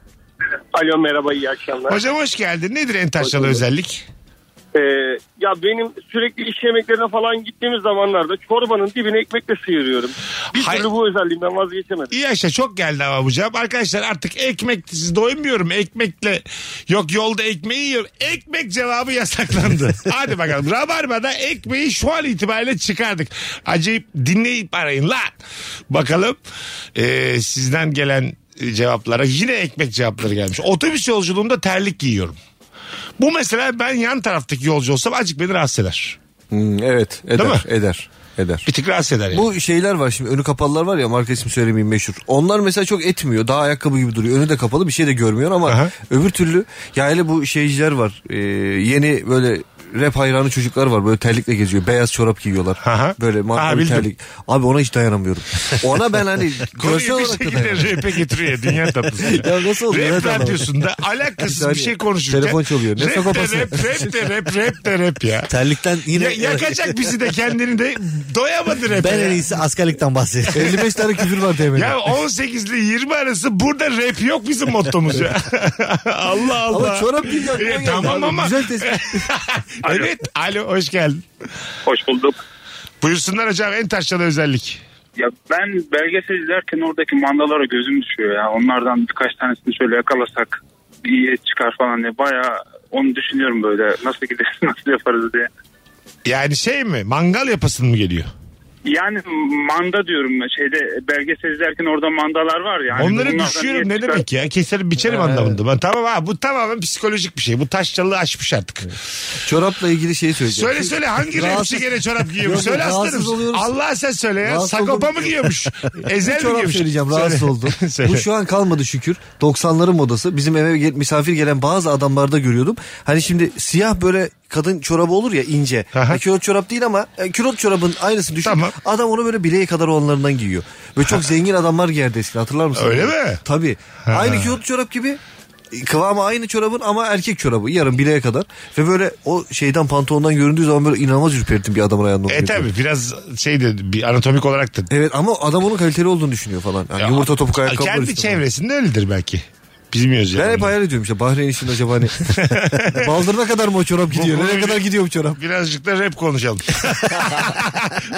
Alo merhaba iyi akşamlar. Hocam hoş geldin. Nedir en taşralı özellik? Ee, ya benim sürekli iş yemeklerine falan gittiğimiz zamanlarda çorbanın dibini ekmekle sıyırıyorum. Bir Hay- türlü bu özelliğimden vazgeçemedim. İyi yaşa çok geldi ama bu cevap. Arkadaşlar artık ekmek siz doymuyorum. Ekmekle yok yolda ekmeği yiyorum. Ekmek cevabı yasaklandı. Hadi bakalım. Rabarba'da ekmeği şu an itibariyle çıkardık. Acayip dinleyip arayın lan. Bakalım e, sizden gelen e, cevaplara yine ekmek cevapları gelmiş. Otobüs yolculuğunda terlik giyiyorum. Bu mesela ben yan taraftaki yolcu olsam acık beni rahatsız eder. Hmm, evet eder, Değil mi? eder eder. Bir tık rahatsız eder yani. Bu şeyler var şimdi önü kapalılar var ya marka ismi söylemeyeyim meşhur. Onlar mesela çok etmiyor. Daha ayakkabı gibi duruyor. Önü de kapalı bir şey de görmüyor ama Aha. öbür türlü ya hele bu şeyciler var. Ee, e, yeni böyle rap hayranı çocuklar var böyle terlikle geziyor. Beyaz çorap giyiyorlar. Böyle Ha, marka bir bildim. terlik. Abi ona hiç dayanamıyorum. Ona ben hani görsel Konuyu bir olarak da dayanamıyorum. şekilde rap'e getiriyor. Dünya tatlısı. Ya nasıl oluyor? Rap Evet, radyosunda anlamadım. alakasız Yani bir şey konuşurken. telefon çalıyor. Ne rap de sakopası? rap, rap de rap, rap de rap ya. Terlikten yine... Ya- yakacak bizi de kendini de doyamadı rap'e. Ben en ya. iyisi askerlikten bahsedeyim. 55 tane küfür var DM'de. Ya 18 ile 20 arası burada rap yok bizim mottomuz ya. Allah Allah. Ama çorap giyiyor. E, tamam ama. Güzel tespit. evet. Alo hoş geldin. Hoş bulduk. Buyursunlar hocam en taşralı özellik. Ya ben belgesel izlerken oradaki mandalara gözüm düşüyor ya. Onlardan birkaç tanesini şöyle yakalasak iyi et çıkar falan diye. Baya onu düşünüyorum böyle. Nasıl gideriz, nasıl yaparız diye. Yani şey mi mangal yapasın mı geliyor? Yani manda diyorum ben, şeyde belgesel izlerken orada mandalar var ya. Hani Onları bunlardan iyi düşüyorum ne çıkar. demek ya keserim biçerim anlamında. Ben, tamam ha bu tamamen psikolojik bir şey. Bu taşralı aşmış artık. Çorapla ilgili şeyi söyleyeceğim. Söyle söyle hangi rapçi Rahatsız- gene çorap giyiyormuş? Yok, yok, Söyle rahatsız aslanım. oluyoruz. Allah sen söyle ya. Rahatsız Sakopa oldum. mı giyiyormuş? Bir Ezel mi çorap giyiyormuş? söyleyeceğim rahatsız Söyle. oldum. Söyle. Bu şu an kalmadı şükür. 90'ların modası. Bizim eve gel- misafir gelen bazı adamlarda görüyordum. Hani şimdi siyah böyle kadın çorabı olur ya ince. E, külot çorap değil ama e, külot çorabın aynısını düşün. Adam onu böyle bileğe kadar olanlarından giyiyor. Ve çok zengin adamlar giyerdi eskiden hatırlar mısın? Öyle mi? Tabii. Ha. Aynı külot çorap gibi e, kıvamı aynı çorabın ama erkek çorabı yarım bileğe kadar ve böyle o şeyden pantolondan göründüğü zaman böyle inanılmaz ürperdim bir adamın ayağında E tabi biraz şey de bir anatomik olarak da. Evet ama adam onun kaliteli olduğunu düşünüyor falan. Yani yumurta topuk ayakkabılar Kendi üstüne. çevresinde öyledir belki. Bilmiyoruz yani. Ben hep hayal ediyorum işte Bahreyn için acaba hani baldırına kadar mı o çorap gidiyor? Bu- bu Nereye bir- kadar gidiyor bu çorap? Birazcık da rap konuşalım.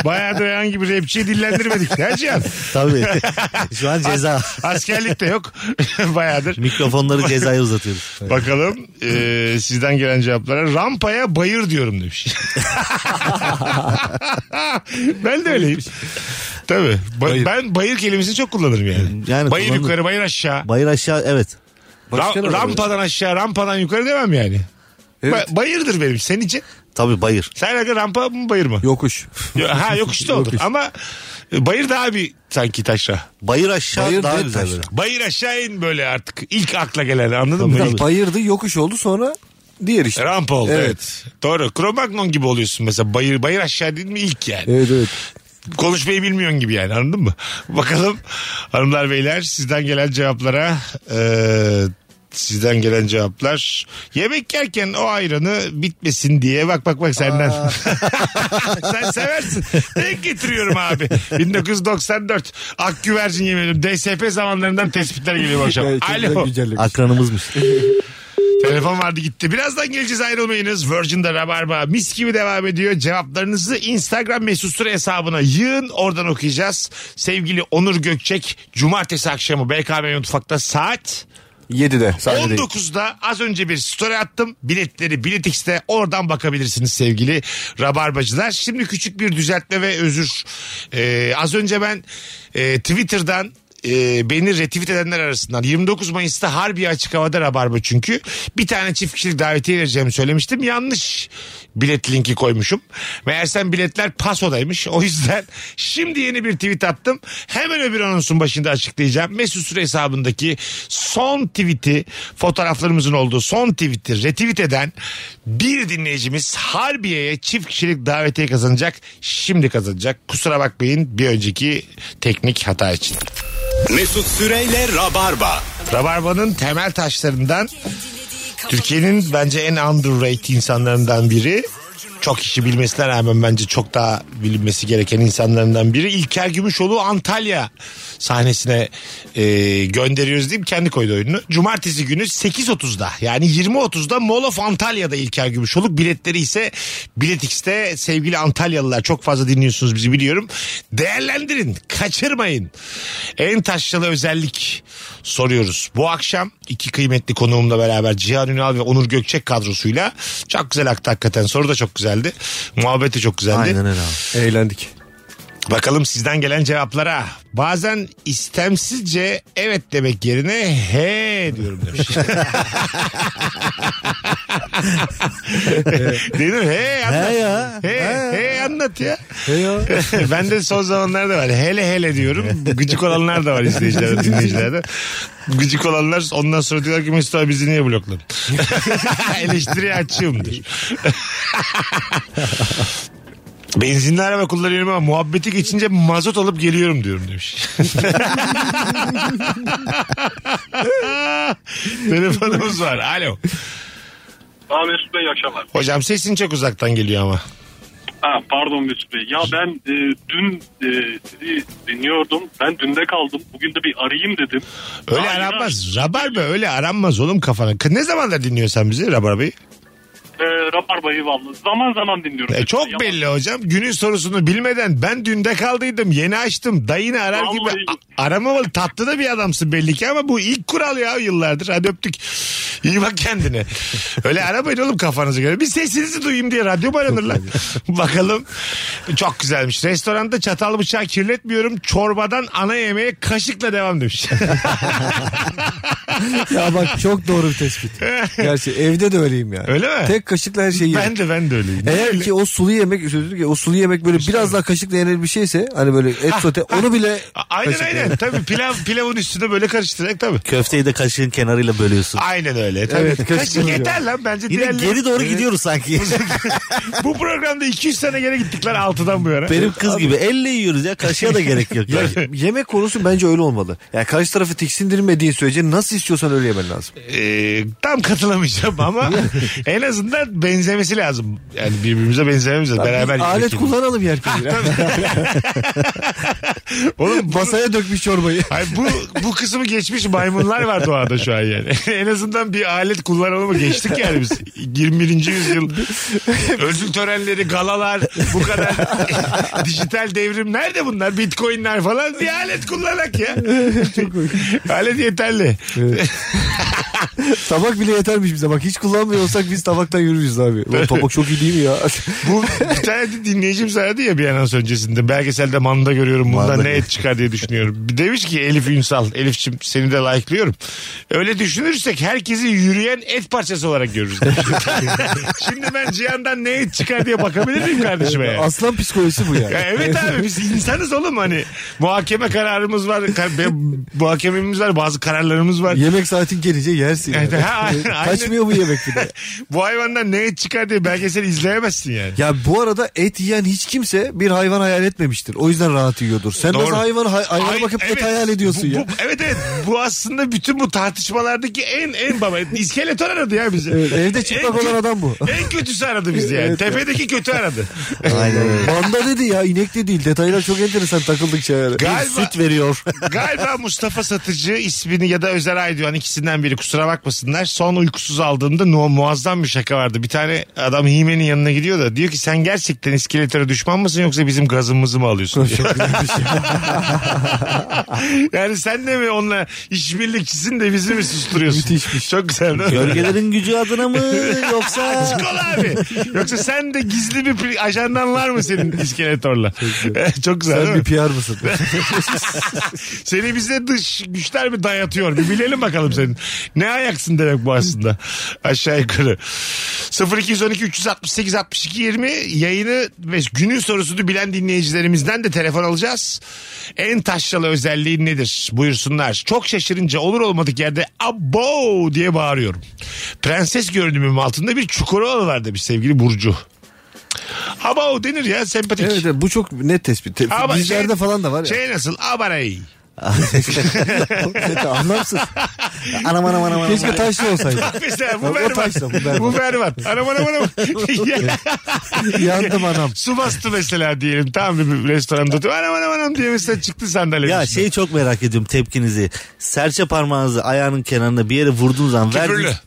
Bayağı da herhangi bir rapçiyi dillendirmedik. Ne Cihan? Tabii. Şu an ceza. Askerlik de yok. Bayağıdır. Mikrofonları cezaya uzatıyoruz. Bakalım e, sizden gelen cevaplara. Rampaya bayır diyorum demiş. ben de öyleyim. Tabii. Ba- Ben bayır kelimesini çok kullanırım yani. Yani bayır kullanılır. yukarı, bayır aşağı. Bayır aşağı evet. Ra- rampadan aşağı, rampadan yukarı demem yani. Ba- bayırdır benim. Senin için? Tabii bayır. Sen hakikaten rampa mı bayır mı? Yokuş. ha yokuşta olur. Ama e, bayır daha bir sanki taşra. Bayır aşağı Bayır daha değil güzel taşra. böyle. Bayır aşağı in böyle artık. İlk akla gelen anladın mı? İlk- Bayırdı yokuş oldu sonra diğer işte. Rampa oldu evet. Evet. Doğru. Kromagnon gibi oluyorsun mesela. Bayır bayır aşağı değil mi ilk yani. Evet evet. Konuşmayı bilmiyorsun gibi yani anladın mı? Bakalım hanımlar beyler sizden gelen cevaplara eee, sizden gelen cevaplar. Yemek yerken o ayranı bitmesin diye bak bak bak senden. Sen seversin. Denk getiriyorum abi. 1994 Ak güvercin yemeğim. DSP zamanlarından tespitler geliyor bu akşam. Evet, çok güzel Alo. Akranımızmış. Telefon vardı gitti. Birazdan geleceğiz ayrılmayınız. Virgin'de Rabarba mis gibi devam ediyor. Cevaplarınızı Instagram mesut süre hesabına yığın. Oradan okuyacağız. Sevgili Onur Gökçek Cumartesi akşamı BKM Mutfak'ta saat 7'de sahnedeyim. 19'da az önce bir story attım. Biletleri Biletix'te oradan bakabilirsiniz sevgili Rabarbacılar. Şimdi küçük bir düzeltme ve özür. Ee, az önce ben e, Twitter'dan e, beni retweet edenler arasından 29 Mayıs'ta Harbiye Açık Hava'da Rabarba çünkü bir tane çift kişilik davetiye vereceğimi söylemiştim. Yanlış bilet linki koymuşum. Meğersem biletler pasodaymış. O yüzden şimdi yeni bir tweet attım. Hemen öbür anonsun başında açıklayacağım. Mesut Süre hesabındaki son tweet'i fotoğraflarımızın olduğu son tweet'i retweet eden bir dinleyicimiz Harbiye'ye çift kişilik davetiye kazanacak. Şimdi kazanacak. Kusura bakmayın bir önceki teknik hata için. Mesut Süreyle Rabarba. Rabarba'nın temel taşlarından Türkiye'nin bence en underrated insanlarından biri. Çok kişi bilmesine rağmen bence çok daha bilinmesi gereken insanlarından biri. İlker Gümüşoğlu Antalya sahnesine e, gönderiyoruz diyeyim kendi koydu oyununu. Cumartesi günü 8.30'da yani 20.30'da Mall of Antalya'da İlker Gümüşoluk. Biletleri ise Biletix'te sevgili Antalyalılar çok fazla dinliyorsunuz bizi biliyorum. Değerlendirin kaçırmayın. En taşralı özellik soruyoruz. Bu akşam iki kıymetli konuğumla beraber Cihan Ünal ve Onur Gökçek kadrosuyla çok güzel aktı hakikaten. Soru da çok güzeldi. Muhabbet de çok güzeldi. Aynen öyle Eğlendik. Bakalım sizden gelen cevaplara. Bazen istemsizce evet demek yerine he diyorum demiş. Değil mi? Hey anlat. He ya. Hey, hey anlat ya. ben de son zamanlarda var. Hele hele diyorum. Gıcık olanlar da var izleyiciler, dinleyicilerde. Gıcık olanlar ondan sonra diyorlar ki Mesut abi bizi niye blokladın? Eleştiri açığımdır. Benzinli araba kullanıyorum ama muhabbeti geçince mazot alıp geliyorum diyorum demiş. Telefonumuz var. Alo. Daha Mesut Bey iyi akşamlar. Hocam sesin çok uzaktan geliyor ama. Ha, pardon Mesut Bey. Ya ben e, dün e, sizi dinliyordum. Ben dünde kaldım. Bugün de bir arayayım dedim. Öyle Daha aranmaz. Rabarba öyle aranmaz oğlum kafana. K- Ne zamandır dinliyorsun sen bizi Rabarba'yı? E, Rabarba'yı vallahi zaman zaman dinliyorum. E, çok Yalan. belli hocam. Günün sorusunu bilmeden ben dünde kaldıydım yeni açtım. Dayını arar gibi a- aramamalı. Tatlı da bir adamsın belli ki ama bu ilk kural ya yıllardır. Hadi öptük. İyi bak kendine. Öyle aramayın oğlum kafanıza göre. Bir sesinizi duyayım diye radyo mu aranır lan? Bakalım. Çok güzelmiş. Restoranda çatal bıçağı kirletmiyorum. Çorbadan ana yemeğe kaşıkla devam demiş. ya bak çok doğru bir tespit. Gerçi evde de öyleyim yani. Öyle mi? Tek kaşıkla her şeyi yerim. ben de ben de öyleyim. Eğer ki o sulu yemek sözü ki o sulu yemek böyle biraz daha kaşıkla yenir bir şeyse hani böyle et sote onu bile A- Aynen kaşıkla aynen. yerim. Tabii pilav pilavın üstüne böyle karıştırarak tabii. Köfteyi de kaşığın kenarıyla bölüyorsun. Aynen öyle. Tabii. Evet, kaşık Kaşık yeter oluyor. lan bence. Yine diğerleri- geri doğru gidiyoruz sanki. Bu programda 200 sene geri gittik lan 6'dan bu yana. Benim kız gibi elle yiyoruz ya kaşığa da gerek yok. Ya, yemek konusu bence öyle olmalı. Yani karşı tarafı tiksindirmediğin sürece nasıl istiyorsan öyle yemen lazım. Ee, tam katılamayacağım ama en azından benzemesi lazım. Yani birbirimize benzememiz lazım. Biz Beraber yemek alet yiyelim. kullanalım yerken. Oğlum bu, Masaya dökmüş çorbayı. Ay bu, bu kısmı geçmiş maymunlar var doğada şu an yani. en azından bir alet kullanalımı geçtik yani biz. 21. yüzyıl ödül törenleri, galalar, bu kadar dijital devrim nerede bunlar? Bitcoinler falan bir alet kullanak ya. alet yeterli. Tabak bile yetermiş bize. Bak hiç kullanmıyor olsak biz tabaktan yürürüz abi. Ulan tabak çok iyi değil mi ya? Bu bir tane de dinleyicim söyledi ya bir anons öncesinde. Belgeselde manda görüyorum bundan Manda ne görüyorum. et çıkar diye düşünüyorum. Demiş ki Elif Ünsal. Elif'çim seni de like'lıyorum. Öyle düşünürsek herkesi yürüyen et parçası olarak görürüz. demiş. Şimdi ben Cihan'dan ne et çıkar diye bakabilir miyim kardeşime yani? Aslan psikolojisi bu yani. Ya evet abi biz insanız oğlum hani muhakeme kararımız var kar- be- muhakememiz var bazı kararlarımız var Yemek saatin gelince yersin. Evet, yani. ha, aynen. Kaçmıyor bu yemek bir de. bu hayvandan ne et çıkar diye belgeseli izleyemezsin yani Ya bu arada et yiyen hiç kimse bir hayvan hayal etmemiştir. O yüzden rahat yiyordur. Sen Doğru. nasıl hayvan hay- hayvana Ay- bakıp evet. et hayal ediyorsun Bu- ya? bu- evet evet bu aslında bütün bu tartışmalardaki en en baba iskeleton aradı ya bizi. Evet, evde çıplak En- olan adam bu. En kötüsü aradı bizi yani. Evet. Tepedeki kötü aradı. Aynen öyle. Manda dedi ya inek de değil. Detaylar çok enteresan takıldıkça yani. Galiba- Süt veriyor. Galiba Mustafa Satıcı ismini ya da Özer Aydoğan ikisinden biri kusura bakmasınlar. Son uykusuz aldığımda nu- muazzam bir şaka vardı. Bir tane adam Hime'nin yanına gidiyor da diyor ki sen gerçekten iskeletöre düşman mısın yoksa bizim gazımızı mı alıyorsun? diyor. yani sen de mi onunla işbirlikçisin de bizi mi susturuyorsun? Müthişmiş. Çok güzel değil mi? Gölgelerin gücü adına mı yoksa Kol abi. Yoksa sen de gizli bir pri- ajandan var mı senin iskeletorla? Çok güzel. değil Sen mi? bir PR mısın? Seni bize dış güçler mi dayatıyor? Bir bilelim bakalım senin. Ne ayaksın demek bu aslında. Aşağı yukarı. 0212 368 62 20 yayını ve günün sorusunu bilen dinleyicilerimizden de telefon alacağız. En taşralı özelliği nedir? Buyursunlar. Çok şaşırınca olur olmadık yerde abo diye bağırıyorum. Prenses görünümüm altında bir çukurova var demiş sevgili Burcu. Abo denir ya sempatik. evet, evet, bu çok net tespit. Ama Dizlerde şey- falan da var ya. Şey nasıl? Abarey. Anlamsız. anam anam anam anam. Keşke taşlı olsaydı. Mesela bu O berbat. taşla, bu berbat. Bu berbat. Anam anam anam. Ya, Yandım anam. Su bastı mesela diyelim. Tam bir restoranda oturuyor. Anam anam anam diye mesela çıktı sandalye. Ya şey, şeyi çok merak ediyorum tepkinizi. Serçe parmağınızı ayağının kenarına bir yere vurduğun zaman Küfürlü. verdiğiniz-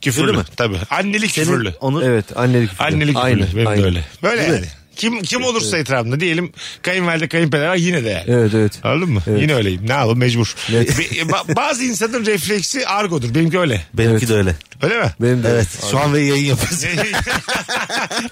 Küfürlü Küfürlü mü? tabii. Annelik Senin küfürlü. onu Evet annelik küfürü. Annelik küfürlü. Aynı, Benim aynı. de öyle. Böyle Değil mi? yani. Kim kim olursa etrafında diyelim kayınvalide kayınpeder var yine de yani. Evet evet. Anladın mı? Evet. Yine öyleyim. Ne yapalım mecbur. Evet. Be- ba- Bazı insanın refleksi argodur. Benimki öyle. benimki de öyle. Öyle mi? Benim de. Evet. Şu an ve yayın yapıyoruz.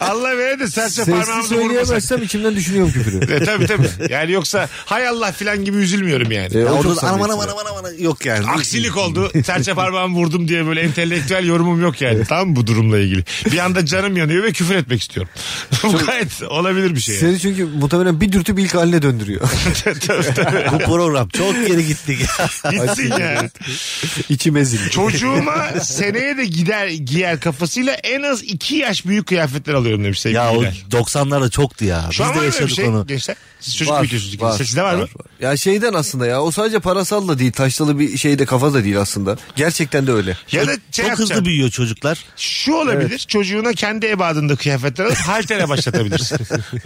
Allah vere de serçe Sesli parmağımızı vurmasak. söyleyemezsem içimden düşünüyorum küfürü. E, tabii tabii. Yani yoksa hay Allah filan gibi üzülmüyorum yani. E, Ya o çok orada da aman samimi. aman aman aman yok yani. Aksilik oldu. Serçe parmağımı vurdum diye böyle entelektüel yorumum yok yani. Tam bu durumla ilgili. Bir anda canım yanıyor ve küfür etmek istiyorum. Bu gayet olabilir bir şey. yani. Seni çünkü muhtemelen bir dürtüp ilk haline döndürüyor. Bu program çok geri gittik. Gitsin ya. İçim ezildi. Çocuğuma seneye de gider giyer kafasıyla en az iki yaş büyük kıyafetler alıyorum demiş sevgili ya o Hilal. 90'larda çoktu ya. Şu an Biz var mı de öyle bir yaşadık şey onu. gençler? Siz çocuk büyütüyorsunuz. Var, Sizde var, mı? Ya şeyden aslında ya o sadece parasal da değil taştalı bir şey de kafa da değil aslında. Gerçekten de öyle. Ya da şey Çok yapacaksın. hızlı büyüyor çocuklar. Şu olabilir. Çocuğuna kendi ebadında kıyafetler alıp haltere başlatabilirsin.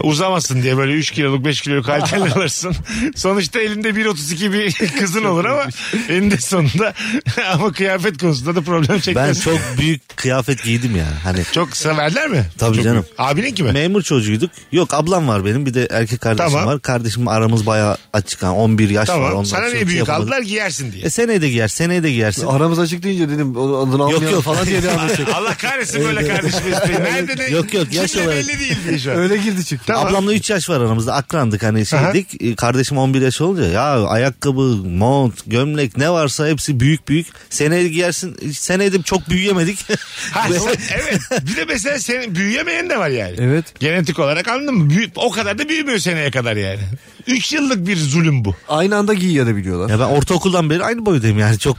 Uzamasın diye böyle 3 kiloluk 5 kiloluk halterler alırsın. Sonuçta elinde 1.32 bir kızın olur ama eninde sonunda ama kıyafet konusunda da problem Ben çekmez. çok büyük kıyafet giydim ya. Hani Çok severler mi? Tabii Çok- canım. Abinin kimi? memur çocuğuyduk. Yok ablam var benim bir de erkek kardeşim Tamam. var. Kardeşim aramız bayağı açık. ha, 11 yaş var. tamam. Ondan Sana sonra niye şey büyük yapamadık. aldılar giyersin diye. E seneye de giyer, seneye de giyersin. Aramız açık deyince dedim onun adını almayalım yok. falan Şey diye devam edecek. Allah kahretsin böyle kardeşim Mesut Bey. Nerede ne? Yok, yok, yaş kimle olarak. belli değil diye şu an. Öyle girdi çıktı. Ablamla 3 yaş var aramızda akrandık hani Aha. şeydik E, kardeşim 11 yaş olunca ya ayakkabı mont gömlek ne varsa hepsi büyük büyük seneye giyersin seneye de çok büyüyemedik Ha, sen- evet. Bir de mesela senin büyüyemeyen de var yani. Evet. Genetik olarak anladın mı? Büyü- o kadar da büyümüyor seneye kadar yani. 3 yıllık bir zulüm bu. Aynı anda giyiyor da biliyorlar. ya ben ortaokuldan beri aynı boydayım yani çok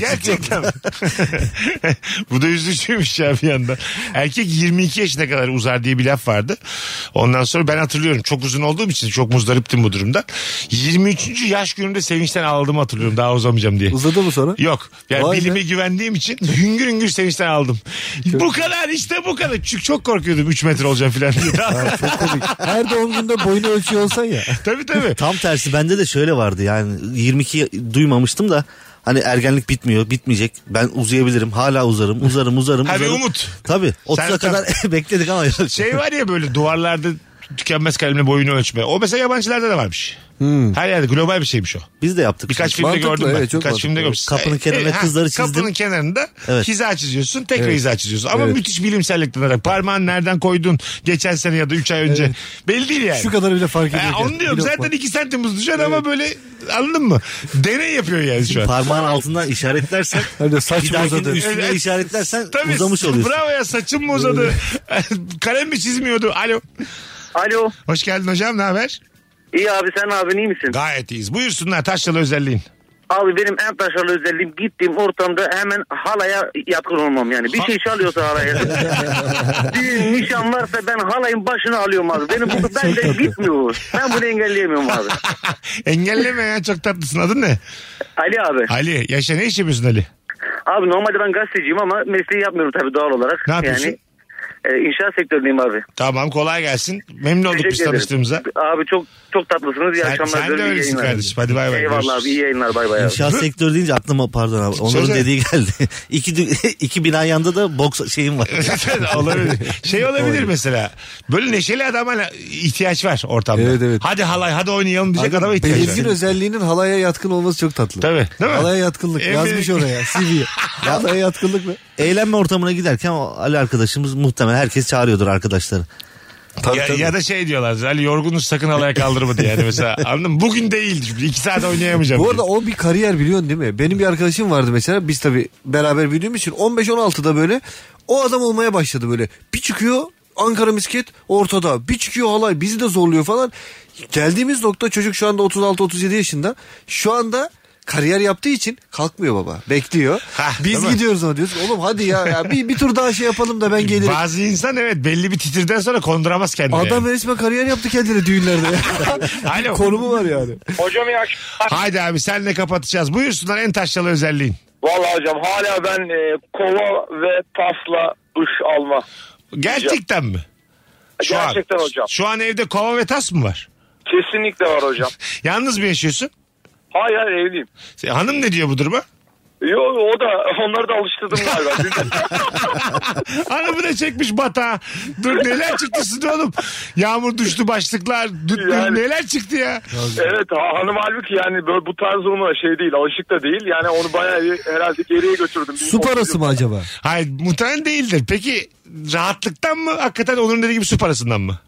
Gerçekten. Bu da üzücüymüş ya bir yandan. Erkek 22 yaşına kadar uzar diye bir laf vardı. Ondan sonra ben hatırlıyorum. Çok uzun olduğum için çok muzdariptim bu durumdan. 23. yaş günümde sevinçten ağladığımı hatırlıyorum. Daha uzamayacağım diye. Uzadı mı sonra? Yok. Yani Vay be. bilime güvendiğim için hüngür hüngür sevinçten aldım. Bu kadar işte bu kadar. Çünkü çok korkuyordum 3 metre olacağım filan diye. Çok komik. Her doğum günde boyunu ölçüyor olsan ya. tabii tabii. Tam tersi bende de şöyle vardı yani 22 duymamıştım da hani ergenlik bitmiyor bitmeyecek ben uzayabilirim hala uzarım uzarım uzarım Ha, bir uzarım. umut. Tabii 30'a Sen- kadar bekledik ama yok. Şey var ya böyle duvarlarda tükenmez kalemle boyunu ölçme. O mesela yabancılarda da varmış. Hmm. Her yerde global bir şeymiş o. biz de yaptık. Birkaç filmde Mantıklı, gördüm ben. evet, çok Birkaç mantıklı. filmde görmüşsün. Kapının kenarına ha, kızları çizdim. Kapının kenarında Evet. hiza çiziyorsun. Tekrar hiza çiziyorsun. Ama Evet. müthiş bilimsellik dayanarak. Parmağını nereden koydun geçen sene ya da 3 ay önce. Belli değil yani. Şu kadar bile fark ediyor. Ha, onu diyorum Bir lokma. zaten 2 santim buz düşer ama böyle anladın mı? Deney yapıyor yani şu an. Parmağın altından işaretlersen Hem de saç bir dahakinin uzadı. üstüne Evet. işaretlersen Tabii, uzamış oluyorsun. Bravo ya saçım mı uzadı? Kalem mi çizmiyordu? Alo. Alo. Hoş geldin hocam ne haber? İyi abi sen abin iyi misin? Gayet iyiyiz. Buyursunlar taşralı özelliğin. Abi benim en taşralı özelliğim gittiğim ortamda hemen halaya yatkın olmam yani. Bir şey çalıyorsa halaya. Düğün nişan varsa ben halayın başını alıyorum abi. Benim bu ben de gitmiyor. bu. Ben bunu engelleyemiyorum abi. Engelleme ya çok tatlısın. Adın ne? Ali abi. Ali. Yaşa ne iş yapıyorsun Ali? Abi normalde ben gazeteciyim ama mesleği yapmıyorum tabii doğal olarak. Ne yapıyorsun? Yani e, inşaat sektöründeyim abi. Tamam kolay gelsin. Memnun olduk biz ederim. tanıştığımıza. Abi çok çok tatlısınız. İyi Sen- akşamlar. sen de diliyorum, iyi öylesin yayınlar. kardeşim. Hadi bay bay, Eyvallah görüşürüz. abi iyi yayınlar bay bay abi. İnşaat sektörü deyince aklıma pardon abi onun Söyle. dediği geldi. iki, dü- iki bina yanda da boks şeyim var. olabilir. Şey olabilir mesela. Böyle neşeli adama ihtiyaç var ortamda. Evet, evet. Hadi halay hadi oynayalım diyecek adama ihtiyaç Belirgin var. özelliğinin halaya yatkın olması çok tatlı. Tabii, değil mi? Halaya yatkınlık En yazmış belirgin- oraya CV'ye. halaya yatkınlık mı? Eğlenme ortamına giderken o Ali arkadaşımız muhtemelen herkes çağırıyordur arkadaşları. Tabii, Ya, tabii. ya da şey diyorlar Ali yorgunuz sakın halaya kaldırma diye yani mesela anladın mı? Bugün değil şimdi iki saat oynayamayacağım. Bu diye. arada o bir kariyer biliyorsun değil mi? Benim bir arkadaşım vardı mesela biz tabii beraber büyüdüğümüz için 15-16'da böyle o adam olmaya başladı böyle. Bir çıkıyor Ankara misket ortada bir çıkıyor halay bizi de zorluyor falan. Geldiğimiz nokta çocuk şu anda 36-37 yaşında şu anda kariyer yaptığı için kalkmıyor baba bekliyor. Hah, biz değil mi? gidiyoruz ama diyoruz oğlum hadi ya, ya bir, bir tur daha şey yapalım da ben gelirim. Bazı insan evet belli bir titirden sonra konduramaz kendini. Adam yani. resmen kariyer yaptı kendine düğünlerde. Alo. Konumu var yani. Hocam iyi e- akşamlar. Haydi abi senle kapatacağız. Buyursunlar en taşralı özelliğin. Valla hocam hala ben e, kova ve tasla duş alma. Gerçekten mi? Şu an- Gerçekten hocam. Şu an evde kova ve tas mı var? Kesinlikle var hocam. Yalnız mı yaşıyorsun? Hayır hayır evliyim. Hanım ne Şey, diyor bu duruma? Yo, o da onları da alıştırdım galiba. Hanımı da çekmiş batağa. Dur neler çıktı sizde oğlum. Yağmur düştü başlıklar. Dur, neler çıktı ya. evet ha- hanım halbuki yani böyle bu tarz ona şey değil alışık da değil. Yani onu bayağı bir herhalde geriye götürdüm. Bir Su parası mı acaba? Hayır muhtemelen değildir. Peki rahatlıktan mı hakikaten Onur'un dediği gibi su parasından mı?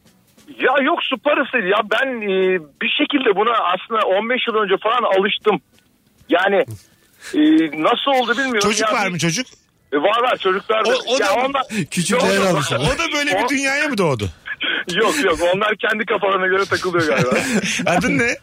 Ya yok su parası değil. ya ben e, bir şekilde buna aslında 15 yıl önce falan alıştım. Yani e, nasıl oldu bilmiyorum. Çocuk Ya var bir- mı çocuk? E, var var çocuklar da. O, o da Ya onlar- Küçük Yok, değer yok, almış ama. O da böyle bir dünyaya mı doğdu? Yok yok onlar kendi kafalarına göre takılıyor galiba. Adın ne?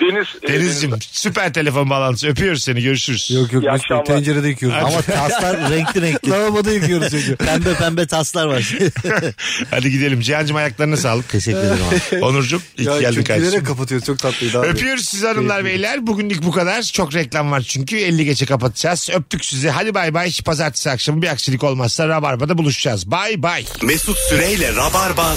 Deniz. e, Deniz'cim süper telefon bağlantısı. Öpüyoruz seni görüşürüz. Yok yok, biz akşamlar. tencerede yıkıyoruz. Ama taslar renkli renkli. Lavaboda yıkıyoruz çocuğu. Pembe pembe taslar var. Hadi gidelim. Cihan'cım ayaklarına sağlık. Teşekkür ederim abi. Onurcuğum iyi ki Ya geldin çünkü kardeşim. kapatıyoruz çok tatlıydı abi. Öpüyoruz sizi hanımlar beyler. Bugünlük bu kadar. Çok reklam var çünkü. 50 geçe kapatacağız. Öptük sizi. Hadi bay bay. Pazartesi akşamı bir aksilik olmazsa Rabarba'da buluşacağız. Bay bay. Mesut Süreyle Rabarba